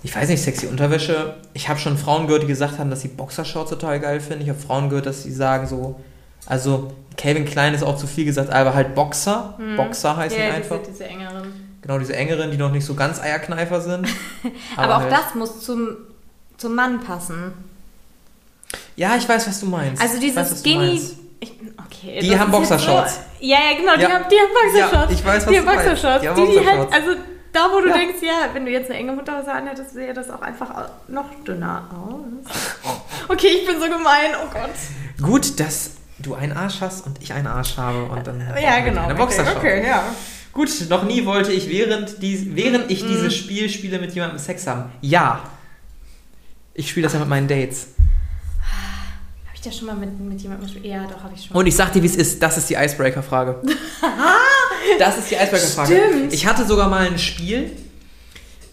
[SPEAKER 2] Ich weiß nicht, sexy Unterwäsche. Ich habe schon Frauen gehört, die gesagt haben, dass sie Boxershorts total geil finden. Ich habe Frauen gehört, dass sie sagen so, also Calvin Klein ist auch zu viel gesagt, aber halt Boxer. Boxer heißt
[SPEAKER 3] Hm. ja,
[SPEAKER 2] ihn einfach.
[SPEAKER 3] Diese, diese engeren.
[SPEAKER 2] Genau, diese engeren, die noch nicht so ganz Eierkneifer sind.
[SPEAKER 3] Aber, auch
[SPEAKER 2] halt-
[SPEAKER 3] das muss zum, zum Mann passen.
[SPEAKER 2] Ja, ich weiß, was du meinst.
[SPEAKER 3] Also
[SPEAKER 2] ich weiß,
[SPEAKER 3] dieses
[SPEAKER 2] was du
[SPEAKER 3] Skinny.
[SPEAKER 2] meinst.
[SPEAKER 3] Ich, okay,
[SPEAKER 2] Die
[SPEAKER 3] das
[SPEAKER 2] haben
[SPEAKER 3] ist jetzt
[SPEAKER 2] Boxershorts.
[SPEAKER 3] So, ja, ja, genau,
[SPEAKER 2] Ja.
[SPEAKER 3] die haben, die haben Boxershorts.
[SPEAKER 2] Ja, ich weiß, was
[SPEAKER 3] Die
[SPEAKER 2] du
[SPEAKER 3] haben
[SPEAKER 2] meinst.
[SPEAKER 3] Boxershorts.
[SPEAKER 2] Die
[SPEAKER 3] Die,
[SPEAKER 2] haben
[SPEAKER 3] die, halt,
[SPEAKER 2] Boxershorts.
[SPEAKER 3] also da, wo du
[SPEAKER 2] Ja.
[SPEAKER 3] denkst, ja, wenn du jetzt eine enge Unterhose anhättest, sähe das auch einfach au- noch dünner aus. Okay, ich bin so gemein, oh Gott.
[SPEAKER 2] Gut, dass du einen Arsch hast und ich einen Arsch habe und dann
[SPEAKER 3] Ja, genau.
[SPEAKER 2] eine
[SPEAKER 3] okay,
[SPEAKER 2] Boxershorts.
[SPEAKER 3] okay, ja.
[SPEAKER 2] Gut, noch nie wollte ich während, dies, während
[SPEAKER 3] Mhm.
[SPEAKER 2] ich dieses Spiel spiele mit jemandem Sex haben. Ja. Ich spiele das ja mit meinen Dates.
[SPEAKER 3] Habe ich das schon mal mit, mit jemandem gespielt? Ja, doch, habe ich schon.
[SPEAKER 2] Und ich sag dir, wie es ist. Das ist die Icebreaker-Frage. das ist die Icebreaker-Frage.
[SPEAKER 3] Stimmt.
[SPEAKER 2] Ich hatte sogar mal ein Spiel,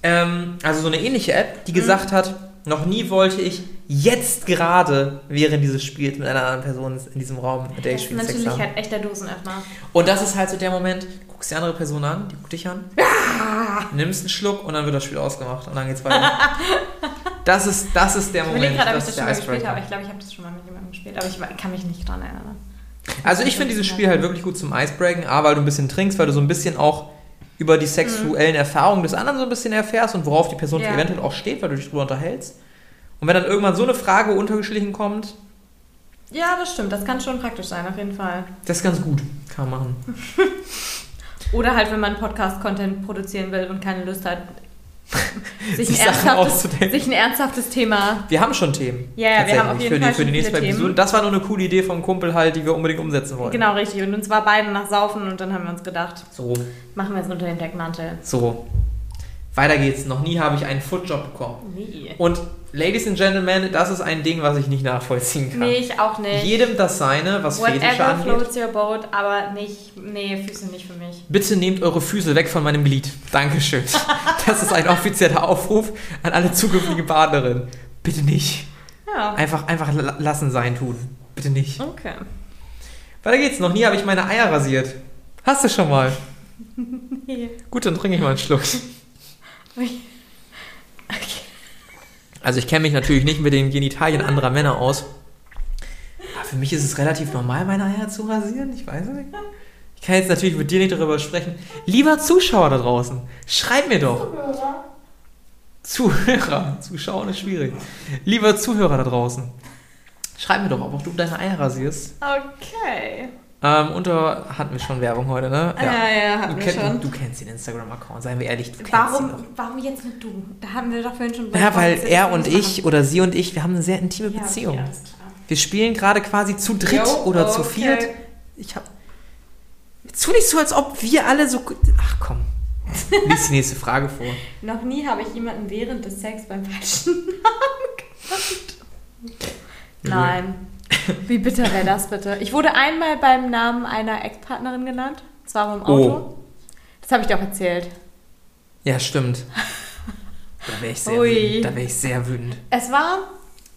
[SPEAKER 2] ähm, also so eine ähnliche App, die
[SPEAKER 3] Mhm.
[SPEAKER 2] gesagt hat, noch nie wollte ich jetzt gerade während dieses Spiels mit einer anderen Person in diesem Raum ein Date
[SPEAKER 3] das ist
[SPEAKER 2] spielen Sex
[SPEAKER 3] natürlich
[SPEAKER 2] haben.
[SPEAKER 3] halt echter Dosenöffner.
[SPEAKER 2] Und das ist halt so der Moment, du guckst die andere Person an, die guckt dich an, nimmst einen Schluck und dann wird das Spiel ausgemacht und dann geht's weiter. das, ist, das ist der
[SPEAKER 3] Ich überlege
[SPEAKER 2] Moment,
[SPEAKER 3] gerade, ob
[SPEAKER 2] das
[SPEAKER 3] ich das
[SPEAKER 2] ist
[SPEAKER 3] schon
[SPEAKER 2] der
[SPEAKER 3] mal gespielt
[SPEAKER 2] Icebreaker.
[SPEAKER 3] habe. Ich glaube, ich habe das schon mal mit jemandem gespielt, aber ich wa- kann mich nicht dran erinnern.
[SPEAKER 2] Also ich finde dieses Spiel halt wirklich gut zum Icebreaken, A, weil du ein bisschen trinkst, weil du so ein bisschen auch über die sexuellen Erfahrungen des anderen so ein bisschen erfährst und worauf die Person
[SPEAKER 3] Mhm. Ja.
[SPEAKER 2] eventuell auch steht, weil du dich drüber unterhältst. Und wenn dann irgendwann so eine Frage untergeschlichen kommt,
[SPEAKER 3] Ja, das stimmt. Das kann schon praktisch sein, auf jeden Fall.
[SPEAKER 2] das ist ganz gut, kann man machen.
[SPEAKER 3] Oder halt, wenn man Podcast-Content produzieren will und keine Lust hat, sich,
[SPEAKER 2] Die
[SPEAKER 3] ein
[SPEAKER 2] Sachen
[SPEAKER 3] ernsthaftes,
[SPEAKER 2] auszudenken.
[SPEAKER 3] sich ein ernsthaftes Thema.
[SPEAKER 2] Wir haben schon Themen.
[SPEAKER 3] Ja, ja, wir haben auf
[SPEAKER 2] tatsächlich,
[SPEAKER 3] jeden
[SPEAKER 2] für
[SPEAKER 3] Fall
[SPEAKER 2] die, für die
[SPEAKER 3] schon
[SPEAKER 2] nächste
[SPEAKER 3] viele Themen.
[SPEAKER 2] Episode. Das war nur eine coole Idee vom Kumpel halt, die wir unbedingt umsetzen wollen.
[SPEAKER 3] Genau, richtig. Und uns war beiden nach Saufen und dann haben wir uns gedacht,
[SPEAKER 2] So,
[SPEAKER 3] machen wir es unter dem Deckmantel.
[SPEAKER 2] so. Weiter geht's. Noch nie habe ich einen Footjob bekommen.
[SPEAKER 3] Nee.
[SPEAKER 2] Und Ladies and Gentlemen, das ist ein Ding, was Oh, ich nicht nachvollziehen kann.
[SPEAKER 3] Nee, ich auch nicht.
[SPEAKER 2] Jedem das seine, was Fetische
[SPEAKER 3] Whatever
[SPEAKER 2] angeht.
[SPEAKER 3] floats your boat, aber nicht, nee, Füße nicht für mich.
[SPEAKER 2] Bitte nehmt eure Füße weg von meinem Glied. Dankeschön. Das ist ein offizieller Aufruf an alle zukünftigen Partnerinnen. Bitte nicht.
[SPEAKER 3] Ja.
[SPEAKER 2] Einfach, einfach la- lassen sein tun. Bitte nicht.
[SPEAKER 3] Okay.
[SPEAKER 2] Weiter geht's. Noch nie habe ich meine Eier rasiert. Hast du schon mal?
[SPEAKER 3] Nee.
[SPEAKER 2] Gut, dann trinke ich mal einen Schluck.
[SPEAKER 3] Okay.
[SPEAKER 2] Also ich kenne mich natürlich nicht mit den Genitalien anderer Männer aus. Aber für mich ist es relativ normal, meine Eier zu rasieren. Ich weiß es nicht. Ich kann jetzt natürlich mit dir nicht darüber sprechen. Lieber Zuschauer da draußen, schreib mir doch. Zuhörer. Zuschauer ist schwierig. Lieber Zuhörer da draußen, schreib mir doch, ob auch du deine Eier rasierst.
[SPEAKER 3] Okay.
[SPEAKER 2] Ähm, unter hatten wir schon Werbung heute, ne?
[SPEAKER 3] Ah, Ja, ja,
[SPEAKER 2] du,
[SPEAKER 3] hatten wir
[SPEAKER 2] kenn,
[SPEAKER 3] schon.
[SPEAKER 2] Du kennst den Instagram-Account, seien wir ehrlich. Du kennst ihn doch.
[SPEAKER 3] Warum, warum jetzt mit du? Da haben wir doch vorhin schon...
[SPEAKER 2] Ja, weil
[SPEAKER 3] Warum
[SPEAKER 2] er und
[SPEAKER 3] jetzt mit
[SPEAKER 2] ich oder sie und ich, wir haben eine sehr intime
[SPEAKER 3] machen?
[SPEAKER 2] Beziehung.
[SPEAKER 3] Ja, okay, alles klar.
[SPEAKER 2] Wir spielen gerade quasi zu dritt
[SPEAKER 3] Jo,
[SPEAKER 2] oder zu
[SPEAKER 3] okay.
[SPEAKER 2] viert. Ich hab. Tu nicht so, als ob wir alle so. gu- Ach komm. Lies die nächste Frage vor.
[SPEAKER 3] Noch nie habe ich jemanden während des Sex beim falschen Namen genannt. Nein. Wie bitter wäre das bitte? Ich wurde einmal beim Namen einer Ex-Partnerin genannt. Das war aber im Auto.
[SPEAKER 2] Oh.
[SPEAKER 3] Das habe ich dir auch erzählt.
[SPEAKER 2] Ja, stimmt. Da wäre ich sehr
[SPEAKER 3] Ui.
[SPEAKER 2] wütend. Da wäre ich sehr wütend.
[SPEAKER 3] Es war,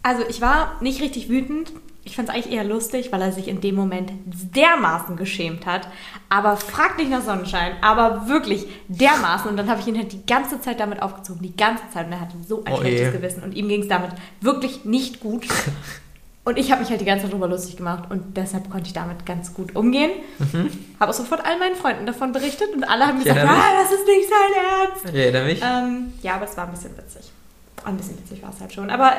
[SPEAKER 3] also ich war nicht richtig wütend. Ich fand es eigentlich eher lustig, weil er sich in dem Moment dermaßen geschämt hat. Aber frag nicht nach Sonnenschein, aber wirklich dermaßen. Und dann habe ich ihn halt die ganze Zeit damit aufgezogen, die ganze Zeit. Und er hatte so ein
[SPEAKER 2] Oh
[SPEAKER 3] schlechtes
[SPEAKER 2] je.
[SPEAKER 3] Gewissen. Und ihm ging es damit wirklich nicht gut. Und ich habe mich halt die ganze Zeit darüber lustig gemacht und deshalb konnte ich damit ganz gut umgehen.
[SPEAKER 2] Mhm.
[SPEAKER 3] Habe auch sofort all meinen Freunden davon berichtet und alle haben
[SPEAKER 2] Ich
[SPEAKER 3] gesagt,
[SPEAKER 2] erinnere mich.
[SPEAKER 3] ah, das ist nicht sein Ernst.
[SPEAKER 2] Ich erinnere mich.
[SPEAKER 3] Ähm, ja, aber es war ein bisschen witzig. Ein bisschen witzig war es halt schon. Aber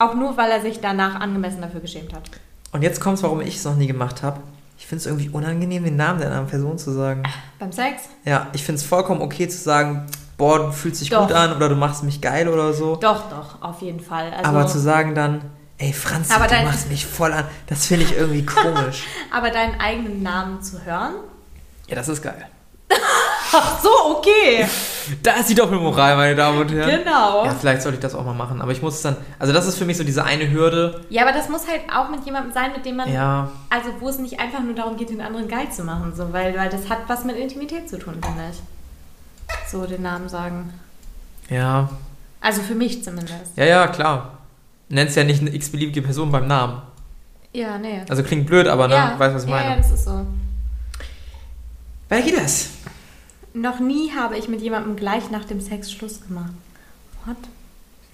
[SPEAKER 3] Auch nur, weil er sich danach angemessen dafür geschämt hat.
[SPEAKER 2] Und jetzt kommt's, warum ich es noch nie gemacht habe. Ich finde es irgendwie unangenehm, den Namen der anderen Person zu sagen.
[SPEAKER 3] Beim Sex?
[SPEAKER 2] Ja, ich finde es vollkommen okay zu sagen, boah, du fühlst dich
[SPEAKER 3] Doch.
[SPEAKER 2] gut an oder du machst mich geil oder so.
[SPEAKER 3] Doch, doch, auf jeden Fall. Also,
[SPEAKER 2] aber zu sagen dann, ey Franz,
[SPEAKER 3] Aber
[SPEAKER 2] du
[SPEAKER 3] dein-
[SPEAKER 2] machst mich voll an, das finde ich irgendwie komisch.
[SPEAKER 3] aber deinen eigenen Namen zu hören?
[SPEAKER 2] ja, das ist geil.
[SPEAKER 3] Ach so, okay.
[SPEAKER 2] Da ist die Doppelmoral, meine Damen und Herren.
[SPEAKER 3] Genau.
[SPEAKER 2] Ja, vielleicht sollte ich das auch mal machen, aber ich muss es dann, also das ist für mich so diese eine Hürde.
[SPEAKER 3] Ja, aber das muss halt auch mit jemandem sein, mit dem man.
[SPEAKER 2] Ja,
[SPEAKER 3] Also, wo es nicht einfach nur darum geht, den anderen geil zu machen, so, weil, weil das hat was mit Intimität zu tun, finde ich. So den Namen sagen.
[SPEAKER 2] ja,
[SPEAKER 3] Also für mich zumindest.
[SPEAKER 2] ja, ja, klar. Nennst ja nicht eine x-beliebige Person beim Namen.
[SPEAKER 3] Ja, nee.
[SPEAKER 2] Also klingt blöd, aber ne,
[SPEAKER 3] ja,
[SPEAKER 2] weißt was ich
[SPEAKER 3] ja,
[SPEAKER 2] meine.
[SPEAKER 3] ja, das ist so.
[SPEAKER 2] Weiter geht das.
[SPEAKER 3] Noch nie habe ich mit jemandem gleich nach dem Sex Schluss gemacht. What?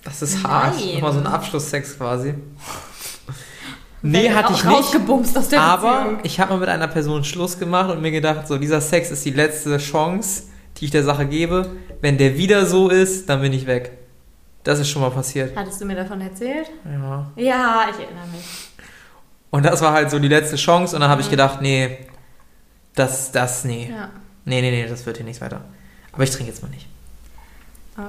[SPEAKER 2] Das ist
[SPEAKER 3] Nein.
[SPEAKER 2] hart. Nochmal so ein Abschlusssex quasi. Nee,
[SPEAKER 3] Ra-
[SPEAKER 2] hatte ich nicht.
[SPEAKER 3] rausgebumst aus der
[SPEAKER 2] Aber
[SPEAKER 3] Beziehung.
[SPEAKER 2] ich habe mal mit einer Person Schluss gemacht und mir gedacht, so dieser Sex ist die letzte Chance, die ich der Sache gebe. Wenn der wieder so ist, dann bin ich weg. Das ist schon mal passiert.
[SPEAKER 3] Hattest du mir davon erzählt?
[SPEAKER 2] Ja.
[SPEAKER 3] Ja, ich erinnere mich.
[SPEAKER 2] Und das war halt so die letzte Chance und dann habe ich gedacht, nee, das, das, nee.
[SPEAKER 3] Ja.
[SPEAKER 2] Nee, nee, nee, das wird hier nichts weiter. Aber ich trinke jetzt mal nicht.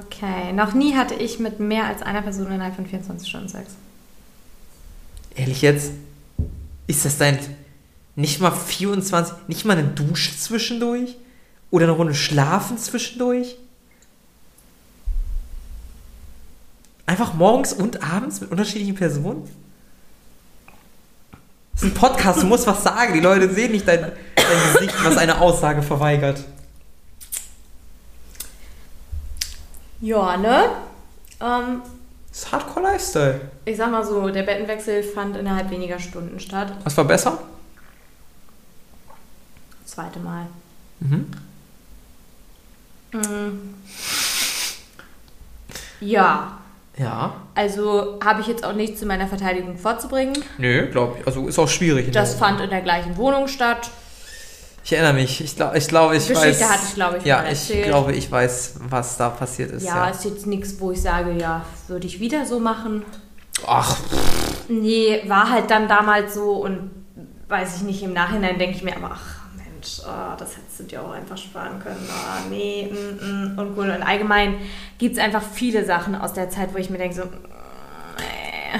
[SPEAKER 3] Okay. Noch nie hatte ich mit mehr als einer Person innerhalb von 24 Stunden Sex.
[SPEAKER 2] Ehrlich jetzt? Ist das dein. Nicht mal 24, nicht mal eine Dusche zwischendurch? Oder eine Runde schlafen zwischendurch? Einfach morgens und abends mit unterschiedlichen Personen? Das ist ein Podcast, du musst was sagen. Die Leute sehen nicht dein, dein Gesicht, was eine Aussage verweigert.
[SPEAKER 3] Ja, ne? Ähm,
[SPEAKER 2] Das ist Hardcore Lifestyle.
[SPEAKER 3] ich sag mal so, der Bettenwechsel fand innerhalb weniger Stunden statt.
[SPEAKER 2] Was war besser?
[SPEAKER 3] Das zweite Mal.
[SPEAKER 2] Mhm.
[SPEAKER 3] Mm. Ja.
[SPEAKER 2] Ja.
[SPEAKER 3] Also habe ich jetzt auch nichts zu meiner Verteidigung vorzubringen.
[SPEAKER 2] Nö, glaube ich. Also ist auch schwierig. in
[SPEAKER 3] Das
[SPEAKER 2] der-
[SPEAKER 3] fand in der gleichen Wohnung statt.
[SPEAKER 2] Ich erinnere mich. Ich glaube, ich, glaube, ich
[SPEAKER 3] Geschichte
[SPEAKER 2] weiß.
[SPEAKER 3] hatte ich, glaube ich,
[SPEAKER 2] Ja,
[SPEAKER 3] mal
[SPEAKER 2] ich
[SPEAKER 3] erzählt.
[SPEAKER 2] glaube, ich weiß, was da passiert ist.
[SPEAKER 3] Ja,
[SPEAKER 2] Ja.
[SPEAKER 3] ist jetzt nichts, wo ich sage, ja, würde ich wieder so machen.
[SPEAKER 2] Ach,
[SPEAKER 3] Nee, war halt dann damals so und weiß ich nicht, im Nachhinein denke ich mir, aber ach Mensch, ah, das hättest du dir auch einfach sparen können. Ah, nee, mm, mm, und cool. Und allgemein gibt es einfach viele Sachen aus der Zeit, wo ich mir denke, so, mm, nee.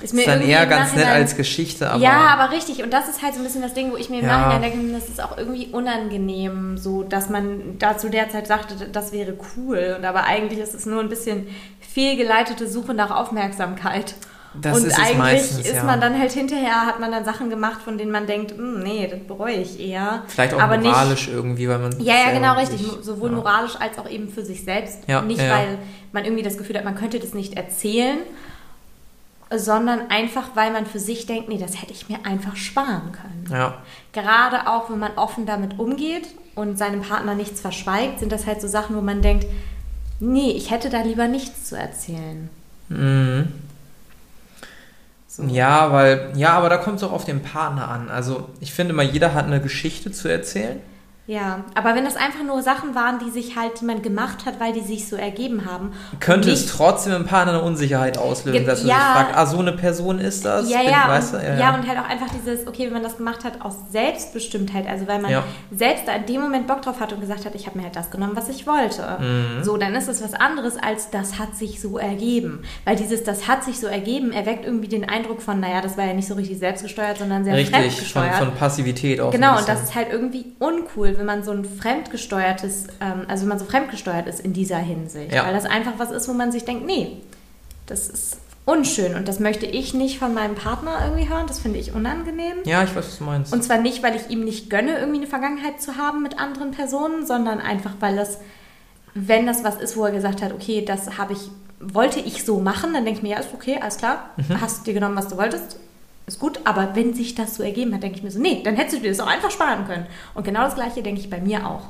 [SPEAKER 2] ist dann
[SPEAKER 3] irgendwie
[SPEAKER 2] eher
[SPEAKER 3] im
[SPEAKER 2] ganz nett
[SPEAKER 3] Nachhinein-
[SPEAKER 2] als Geschichte, aber.
[SPEAKER 3] ja, aber richtig. Und das ist halt so ein bisschen das Ding, wo ich mir im
[SPEAKER 2] Ja.
[SPEAKER 3] Nachhinein denke, hm, das ist auch irgendwie unangenehm, so dass man da zu der Zeit sagte, das wäre cool. Und aber eigentlich ist es nur ein bisschen fehlgeleitete Suche nach Aufmerksamkeit.
[SPEAKER 2] Das
[SPEAKER 3] und
[SPEAKER 2] ist es
[SPEAKER 3] eigentlich
[SPEAKER 2] meistens,
[SPEAKER 3] ist
[SPEAKER 2] ja.
[SPEAKER 3] man dann halt hinterher, hat man dann Sachen gemacht, von denen man denkt, "Hm, nee, das bereue ich eher.
[SPEAKER 2] vielleicht auch
[SPEAKER 3] aber
[SPEAKER 2] moralisch irgendwie, weil man.
[SPEAKER 3] Nicht, ja, ja,
[SPEAKER 2] selber
[SPEAKER 3] genau richtig.
[SPEAKER 2] sich-
[SPEAKER 3] Sowohl
[SPEAKER 2] ja.
[SPEAKER 3] moralisch als auch eben für sich selbst.
[SPEAKER 2] Ja,
[SPEAKER 3] nicht,
[SPEAKER 2] ja, ja.
[SPEAKER 3] weil man irgendwie das Gefühl hat, man könnte das nicht erzählen, sondern einfach, weil man für sich denkt, nee, das hätte ich mir einfach sparen können.
[SPEAKER 2] Ja.
[SPEAKER 3] Gerade auch, wenn man offen damit umgeht und seinem Partner nichts verschweigt, sind das halt so Sachen, wo man denkt, nee, ich hätte da lieber nichts zu erzählen.
[SPEAKER 2] Mhm.
[SPEAKER 3] So.
[SPEAKER 2] Ja, weil. Ja, aber da kommt es auch auf den Partner an. Also, ich finde immer, jeder hat eine Geschichte zu erzählen.
[SPEAKER 3] Ja, aber wenn das einfach nur Sachen waren, die sich halt, die man gemacht hat, weil die sich so ergeben haben. und
[SPEAKER 2] Könnte es
[SPEAKER 3] nicht-
[SPEAKER 2] trotzdem im Partner eine Unsicherheit auslösen,
[SPEAKER 3] Ge-
[SPEAKER 2] dass er
[SPEAKER 3] ja.
[SPEAKER 2] sich fragt, ah, so eine Person ist das?
[SPEAKER 3] ja,
[SPEAKER 2] Bin-
[SPEAKER 3] ja,
[SPEAKER 2] weißt du?
[SPEAKER 3] und,
[SPEAKER 2] ja,
[SPEAKER 3] ja, und halt auch einfach dieses, okay, wenn man das gemacht hat aus Selbstbestimmtheit, also weil man
[SPEAKER 2] Ja.
[SPEAKER 3] selbst da in dem Moment Bock drauf hat und gesagt hat, ich habe mir halt das genommen, was ich wollte.
[SPEAKER 2] Mhm.
[SPEAKER 3] So, dann ist es was anderes als das hat sich so ergeben. Weil dieses das hat sich so ergeben erweckt irgendwie den Eindruck von, naja, das war ja nicht so richtig selbstgesteuert, sondern sehr
[SPEAKER 2] Richtig, von,
[SPEAKER 3] fremdgesteuert.
[SPEAKER 2] von Passivität auch. so ein
[SPEAKER 3] Genau, und
[SPEAKER 2] bisschen.
[SPEAKER 3] das ist halt irgendwie uncool, wenn man so ein fremdgesteuertes, ähm, also wenn man so fremdgesteuert ist in dieser Hinsicht.
[SPEAKER 2] Ja.
[SPEAKER 3] Weil das einfach was ist, wo man sich denkt, nee, das ist unschön und das möchte ich nicht von meinem Partner irgendwie hören, das finde ich unangenehm.
[SPEAKER 2] Ja, ich weiß, was du meinst.
[SPEAKER 3] Und zwar nicht, weil ich ihm nicht gönne, irgendwie eine Vergangenheit zu haben mit anderen Personen, sondern einfach, weil das, wenn das was ist, wo er gesagt hat, okay, das habe ich, wollte ich so machen, dann denke ich mir, ja, ist okay, alles klar, hast dir genommen, was du wolltest, ist gut, aber wenn sich das so ergeben hat, denke ich mir so, nee, dann hättest du dir das auch einfach sparen können. Und genau das Gleiche denke ich bei mir auch.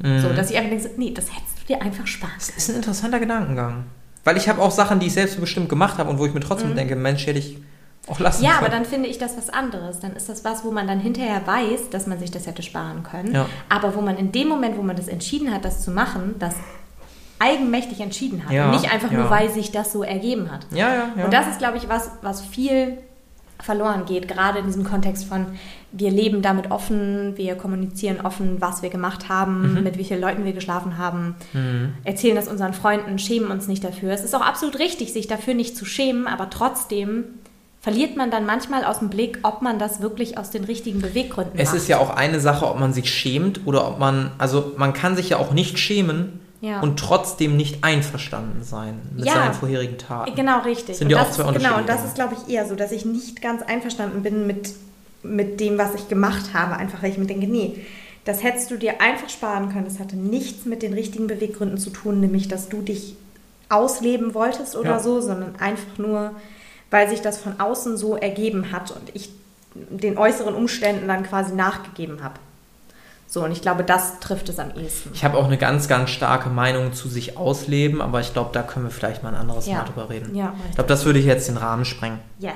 [SPEAKER 3] So, dass ich einfach denke, so, nee, das hättest du dir einfach sparen
[SPEAKER 2] Das ist ein interessanter Gedankengang. Weil ich habe auch Sachen, die ich selbst bestimmt gemacht habe und wo ich mir trotzdem denke, Mensch, hätte ich auch lassen
[SPEAKER 3] Mhm. Ja,
[SPEAKER 2] können.
[SPEAKER 3] aber dann finde ich das was anderes. Dann ist das was, wo man dann hinterher weiß, dass man sich das hätte sparen können.
[SPEAKER 2] Ja.
[SPEAKER 3] Aber wo man in dem Moment, wo man das entschieden hat, das zu machen, das eigenmächtig entschieden hat.
[SPEAKER 2] Ja,
[SPEAKER 3] und nicht einfach
[SPEAKER 2] ja.
[SPEAKER 3] nur, weil sich das so ergeben hat.
[SPEAKER 2] Ja, ja, ja.
[SPEAKER 3] Und das ist, glaube ich, was, was viel verloren geht, gerade in diesem Kontext von wir leben damit offen, wir kommunizieren offen, was wir gemacht haben,
[SPEAKER 2] Mhm.
[SPEAKER 3] mit wie vielen Leuten wir geschlafen haben, erzählen das unseren Freunden, schämen uns nicht dafür. Es ist auch absolut richtig, sich dafür nicht zu schämen, aber trotzdem verliert man dann manchmal aus dem Blick, ob man das wirklich aus den richtigen Beweggründen
[SPEAKER 2] es
[SPEAKER 3] macht.
[SPEAKER 2] ist ja auch eine Sache, ob man sich schämt oder ob man, also man kann sich ja auch nicht schämen
[SPEAKER 3] Ja.
[SPEAKER 2] und trotzdem nicht einverstanden sein mit
[SPEAKER 3] Ja.
[SPEAKER 2] seinen vorherigen Taten.
[SPEAKER 3] Genau, richtig.
[SPEAKER 2] Sind
[SPEAKER 3] und
[SPEAKER 2] ja
[SPEAKER 3] das
[SPEAKER 2] auch
[SPEAKER 3] ist-
[SPEAKER 2] zwei
[SPEAKER 3] Genau,
[SPEAKER 2] unterschiedliche
[SPEAKER 3] und das
[SPEAKER 2] Dinge.
[SPEAKER 3] ist, glaube ich, eher so, dass ich nicht ganz einverstanden bin mit, mit dem, was ich gemacht habe. Einfach, weil ich mir denke, nee, das hättest du dir einfach sparen können. Das hatte nichts mit den richtigen Beweggründen zu tun, nämlich, dass du dich ausleben wolltest oder
[SPEAKER 2] Ja.
[SPEAKER 3] so, sondern einfach nur, weil sich das von außen so ergeben hat und ich den äußeren Umständen dann quasi nachgegeben habe. So, und ich glaube, das trifft es am ehesten.
[SPEAKER 2] Ich habe auch eine ganz, ganz starke Meinung zu sich ausleben, aber ich glaube, da können wir vielleicht mal ein anderes
[SPEAKER 3] Ja.
[SPEAKER 2] Mal drüber reden.
[SPEAKER 3] Ja,
[SPEAKER 2] ich glaube, das würde jetzt den Rahmen sprengen.
[SPEAKER 3] Yes.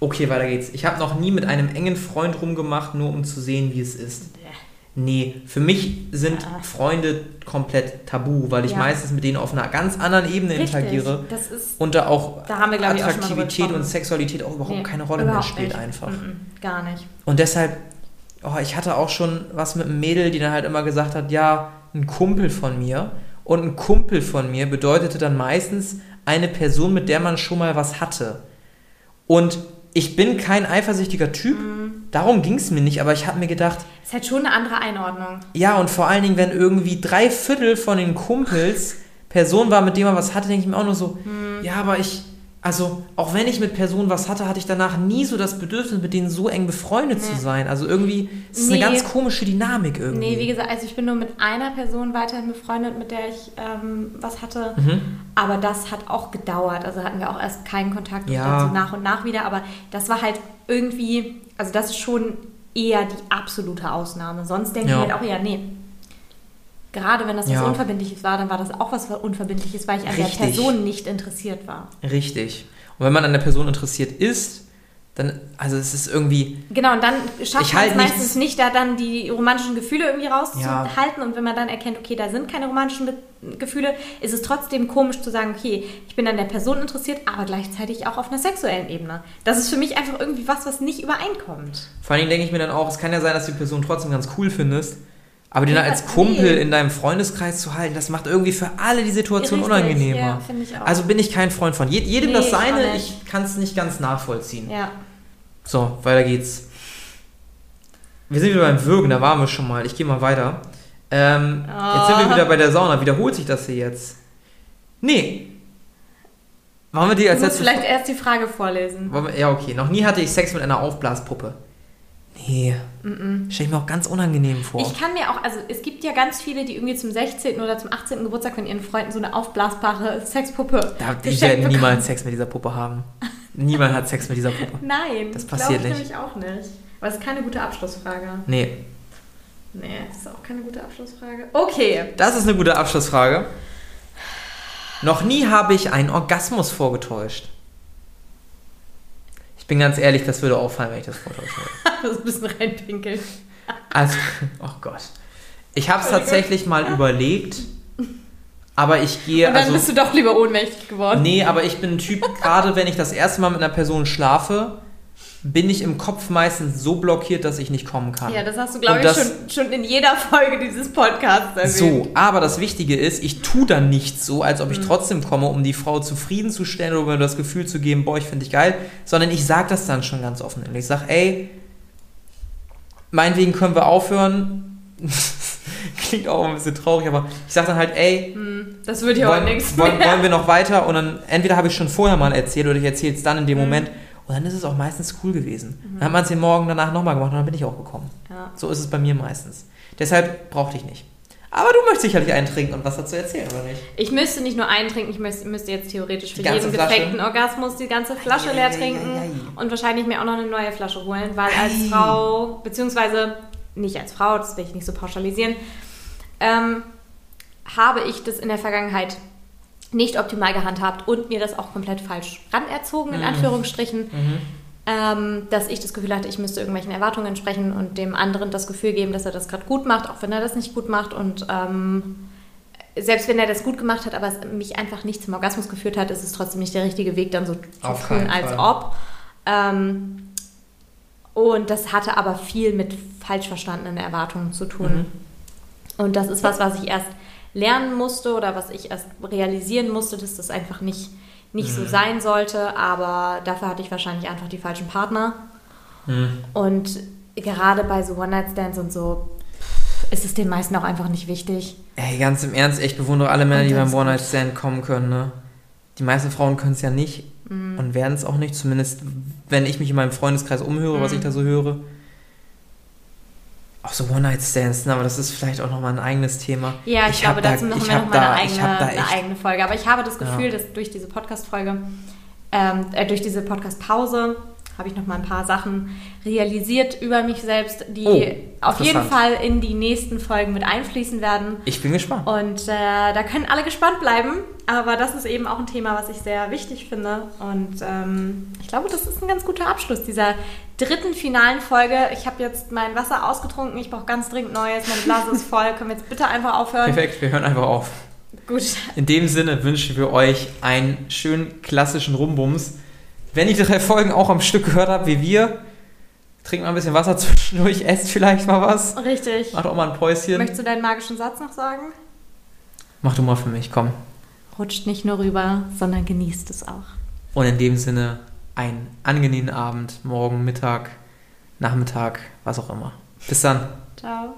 [SPEAKER 2] Okay, weiter geht's. Ich habe noch nie mit einem engen Freund rumgemacht, nur um zu sehen, wie es ist. Nee, für mich sind Freunde komplett tabu, weil ich
[SPEAKER 3] Ah. Ja.
[SPEAKER 2] meistens mit denen auf einer ganz anderen Ebene interagiere
[SPEAKER 3] Das ist
[SPEAKER 2] und da auch
[SPEAKER 3] Da haben wir, glaub ich, auch schon mal drüber
[SPEAKER 2] Attraktivität und
[SPEAKER 3] gesprochen.
[SPEAKER 2] Sexualität auch überhaupt
[SPEAKER 3] nee,
[SPEAKER 2] keine Rolle mehr
[SPEAKER 3] überhaupt
[SPEAKER 2] spielt
[SPEAKER 3] nicht.
[SPEAKER 2] einfach.
[SPEAKER 3] Mhm, gar nicht.
[SPEAKER 2] Und deshalb, oh, ich hatte auch schon was mit einem Mädel, die dann halt immer gesagt hat, ja, ein Kumpel von mir. Und ein Kumpel von mir bedeutete dann meistens eine Person, mit der man schon mal was hatte. Und ich bin kein eifersüchtiger Typ, darum ging es mir nicht, aber ich habe mir gedacht,
[SPEAKER 3] Ist halt schon eine andere Einordnung.
[SPEAKER 2] ja, und vor allen Dingen, wenn irgendwie drei Viertel von den Kumpels Personen war, mit denen man was hatte, denke ich mir auch nur so,
[SPEAKER 3] Hm.
[SPEAKER 2] ja, aber ich, also auch wenn ich mit Personen was hatte, hatte ich danach nie so das Bedürfnis, mit denen so eng befreundet zu sein. Also irgendwie, es ist
[SPEAKER 3] Nee.
[SPEAKER 2] eine ganz komische Dynamik irgendwie.
[SPEAKER 3] Nee, wie gesagt, also ich bin nur mit einer Person weiterhin befreundet, mit der ich ähm, was hatte.
[SPEAKER 2] Mhm.
[SPEAKER 3] Aber das hat auch gedauert. Also hatten wir auch erst keinen Kontakt und
[SPEAKER 2] Ja.
[SPEAKER 3] dann so nach und nach wieder. Aber das war halt irgendwie, also das ist schon eher die absolute Ausnahme. Sonst denke
[SPEAKER 2] Ja.
[SPEAKER 3] ich halt auch eher, nee. Gerade wenn das was
[SPEAKER 2] Ja.
[SPEAKER 3] Unverbindliches war, dann war das auch was Unverbindliches, weil ich an
[SPEAKER 2] Richtig.
[SPEAKER 3] der Person nicht interessiert war.
[SPEAKER 2] Richtig. Und wenn man an der Person interessiert ist, dann, also es ist irgendwie,
[SPEAKER 3] Genau, und dann schafft
[SPEAKER 2] Ich
[SPEAKER 3] man
[SPEAKER 2] halt
[SPEAKER 3] es
[SPEAKER 2] nichts-
[SPEAKER 3] meistens nicht, da dann die romantischen Gefühle irgendwie
[SPEAKER 2] Ja.
[SPEAKER 3] rauszuhalten. Und wenn man dann erkennt, okay, da sind keine romantischen Be Gefühle, ist es trotzdem komisch zu sagen, okay, ich bin an der Person interessiert, aber gleichzeitig auch auf einer sexuellen Ebene. Das ist für mich einfach irgendwie was, was nicht übereinkommt.
[SPEAKER 2] Vor allen Dingen denke ich mir dann auch, es kann ja sein, dass du die Person trotzdem ganz cool findest, aber den
[SPEAKER 3] Ja,
[SPEAKER 2] dann als
[SPEAKER 3] nee.
[SPEAKER 2] Kumpel in deinem Freundeskreis zu halten, das macht irgendwie für alle die Situation
[SPEAKER 3] Richtig,
[SPEAKER 2] unangenehmer.
[SPEAKER 3] ja, finde ich auch.
[SPEAKER 2] Also bin ich kein Freund von. Je, jedem
[SPEAKER 3] Nee,
[SPEAKER 2] das
[SPEAKER 3] ich auch
[SPEAKER 2] seine,
[SPEAKER 3] nicht.
[SPEAKER 2] ich kann es nicht ganz nachvollziehen.
[SPEAKER 3] Ja.
[SPEAKER 2] So, weiter geht's. Wir sind wieder beim Würgen, da waren wir schon mal. Ich gehe mal weiter. Ähm, Jetzt sind wir
[SPEAKER 3] Oh.
[SPEAKER 2] wieder bei der Sauna. Wiederholt sich das hier jetzt? Nee. Machen wir die
[SPEAKER 3] Du
[SPEAKER 2] als
[SPEAKER 3] musst
[SPEAKER 2] letzte
[SPEAKER 3] vielleicht erst die Frage vorlesen.
[SPEAKER 2] wollen wir- Ja, okay. Noch nie hatte ich Sex mit einer Aufblaspuppe. Nee. Stell ich mir auch ganz unangenehm vor.
[SPEAKER 3] Ich kann mir auch, also es gibt ja ganz viele, die irgendwie zum 16. oder zum 18. Geburtstag von ihren Freunden so eine aufblasbare Sexpuppe
[SPEAKER 2] da, die
[SPEAKER 3] geschenkt
[SPEAKER 2] werden
[SPEAKER 3] bekommen.
[SPEAKER 2] niemals Sex mit dieser Puppe haben. Niemand hat Sex mit dieser Puppe.
[SPEAKER 3] Nein,
[SPEAKER 2] Das passiert
[SPEAKER 3] glaub ich
[SPEAKER 2] nicht.
[SPEAKER 3] nämlich auch nicht. Aber es ist keine gute Abschlussfrage.
[SPEAKER 2] Nee.
[SPEAKER 3] Nee, das ist auch keine gute Abschlussfrage. Okay.
[SPEAKER 2] Das ist eine gute Abschlussfrage. Noch nie habe ich einen Orgasmus vorgetäuscht. Ich bin ganz ehrlich, das würde auffallen, wenn ich das vortäusche.
[SPEAKER 3] Das ist ein bisschen reinpinkeln.
[SPEAKER 2] Also, oh Gott. Ich habe es tatsächlich mal überlegt, aber ich gehe.
[SPEAKER 3] Und dann
[SPEAKER 2] also,
[SPEAKER 3] bist du doch lieber ohnmächtig geworden.
[SPEAKER 2] Nee, aber ich bin ein Typ, gerade wenn ich das erste Mal mit einer Person schlafe, bin ich im Kopf meistens so blockiert, dass ich nicht kommen kann.
[SPEAKER 3] Ja, das hast du,
[SPEAKER 2] Und
[SPEAKER 3] glaube ich,
[SPEAKER 2] das-
[SPEAKER 3] schon, schon in jeder Folge dieses Podcasts erwähnt.
[SPEAKER 2] So, aber das Wichtige ist, ich tue dann nicht so, als ob ich trotzdem komme, um die Frau zufriedenzustellen oder um ihr das Gefühl zu geben, boah, ich finde dich geil, sondern ich sage das dann schon ganz offen. Und ich sage, ey, meinetwegen können wir aufhören. Klingt auch ein bisschen traurig, aber ich sage dann halt, ey,
[SPEAKER 3] Das wird ja auch
[SPEAKER 2] wollen,
[SPEAKER 3] nichts
[SPEAKER 2] wollen,
[SPEAKER 3] mehr.
[SPEAKER 2] wollen wir noch weiter? Und dann entweder habe ich schon vorher mal erzählt oder ich erzähle es dann in dem
[SPEAKER 3] Mhm.
[SPEAKER 2] Moment. Und dann ist es auch meistens cool gewesen. Dann hat man es den Morgen danach nochmal gemacht und dann bin ich auch gekommen.
[SPEAKER 3] Ja.
[SPEAKER 2] So ist es bei mir meistens. Deshalb brauchte ich nicht. Aber du möchtest sicherlich einen trinken und was dazu erzählen, oder nicht?
[SPEAKER 3] Ich müsste nicht nur einen trinken, ich müsste, müsste jetzt theoretisch für
[SPEAKER 2] Die ganze
[SPEAKER 3] jeden
[SPEAKER 2] Flasche?
[SPEAKER 3] gefakten Orgasmus die ganze Flasche
[SPEAKER 2] Ei, ei,
[SPEAKER 3] leer
[SPEAKER 2] ei,
[SPEAKER 3] trinken
[SPEAKER 2] ei, ei.
[SPEAKER 3] und wahrscheinlich mir auch noch eine neue Flasche holen, weil als
[SPEAKER 2] Ei.
[SPEAKER 3] Frau, beziehungsweise nicht als Frau, das will ich nicht so pauschalisieren, ähm, habe ich das in der Vergangenheit nicht optimal gehandhabt und mir das auch komplett falsch ranerzogen, in
[SPEAKER 2] Mhm.
[SPEAKER 3] Anführungsstrichen, ähm, dass ich das Gefühl hatte, ich müsste irgendwelchen Erwartungen entsprechen und dem anderen das Gefühl geben, dass er das gerade gut macht, auch wenn er das nicht gut macht und ähm, selbst wenn er das gut gemacht hat, aber es mich einfach nicht zum Orgasmus geführt hat, ist es trotzdem nicht der richtige Weg, dann so zu
[SPEAKER 2] Auf
[SPEAKER 3] tun,
[SPEAKER 2] keinen
[SPEAKER 3] als
[SPEAKER 2] Fall.
[SPEAKER 3] ob. Ähm, und das hatte aber viel mit falsch verstandenen Erwartungen zu tun. Und das ist was, was ich erst lernen musste oder was ich erst realisieren musste, dass das einfach nicht, nicht so sein sollte. Aber dafür hatte ich wahrscheinlich einfach die falschen Partner. Und gerade bei so One-Night-Stands und so pff, ist es den meisten auch einfach nicht wichtig.
[SPEAKER 2] Ey, ganz im Ernst, ich bewundere alle Männer,
[SPEAKER 3] Und
[SPEAKER 2] die
[SPEAKER 3] dann
[SPEAKER 2] beim
[SPEAKER 3] ist gut.
[SPEAKER 2] One-Night-Stand kommen können. Ne? Die meisten Frauen können es ja nicht
[SPEAKER 3] Mhm.
[SPEAKER 2] und werden es auch nicht, zumindest wenn ich mich in meinem Freundeskreis umhöre, was ich
[SPEAKER 3] Mhm.
[SPEAKER 2] da so höre. Auch so One-Night-Stands, ne? aber das ist vielleicht auch nochmal ein eigenes Thema.
[SPEAKER 3] Ja, ich, glaube,
[SPEAKER 2] hab da-
[SPEAKER 3] dazu machen
[SPEAKER 2] ich
[SPEAKER 3] wir
[SPEAKER 2] hab
[SPEAKER 3] nochmal
[SPEAKER 2] da-
[SPEAKER 3] eine,
[SPEAKER 2] ich
[SPEAKER 3] eigene,
[SPEAKER 2] hab da
[SPEAKER 3] eine
[SPEAKER 2] echt-
[SPEAKER 3] eigene Folge. Aber ich habe das Gefühl, dass durch diese Podcast-Folge, ähm, äh, durch diese Podcast-Pause, habe ich nochmal ein paar Sachen realisiert über mich selbst, die
[SPEAKER 2] Oh,
[SPEAKER 3] auf jeden
[SPEAKER 2] interessant.
[SPEAKER 3] Fall in die nächsten Folgen mit einfließen werden.
[SPEAKER 2] Ich bin gespannt.
[SPEAKER 3] Und äh, da können alle gespannt bleiben. Aber das ist eben auch ein Thema, was ich sehr wichtig finde. Und ähm, ich glaube, das ist ein ganz guter Abschluss dieser dritten finalen Folge. Ich habe jetzt mein Wasser ausgetrunken. Ich brauche ganz dringend Neues. Meine Blase ist voll. Können wir jetzt bitte einfach aufhören?
[SPEAKER 2] Perfekt, wir hören einfach auf.
[SPEAKER 3] Gut.
[SPEAKER 2] In dem Sinne wünschen wir euch einen schönen klassischen Rumbums. Wenn ihr die drei Folgen auch am Stück gehört habt, wie wir, trinkt mal ein bisschen Wasser zwischendurch, esst vielleicht mal was,
[SPEAKER 3] Richtig.
[SPEAKER 2] macht auch mal ein Päuschen.
[SPEAKER 3] Möchtest du deinen magischen Satz noch sagen?
[SPEAKER 2] Mach du mal für mich, komm.
[SPEAKER 3] Rutscht nicht nur rüber, sondern genießt es auch.
[SPEAKER 2] Und in dem Sinne einen angenehmen Abend, morgen, Mittag, Nachmittag, was auch immer. Bis dann.
[SPEAKER 3] Ciao.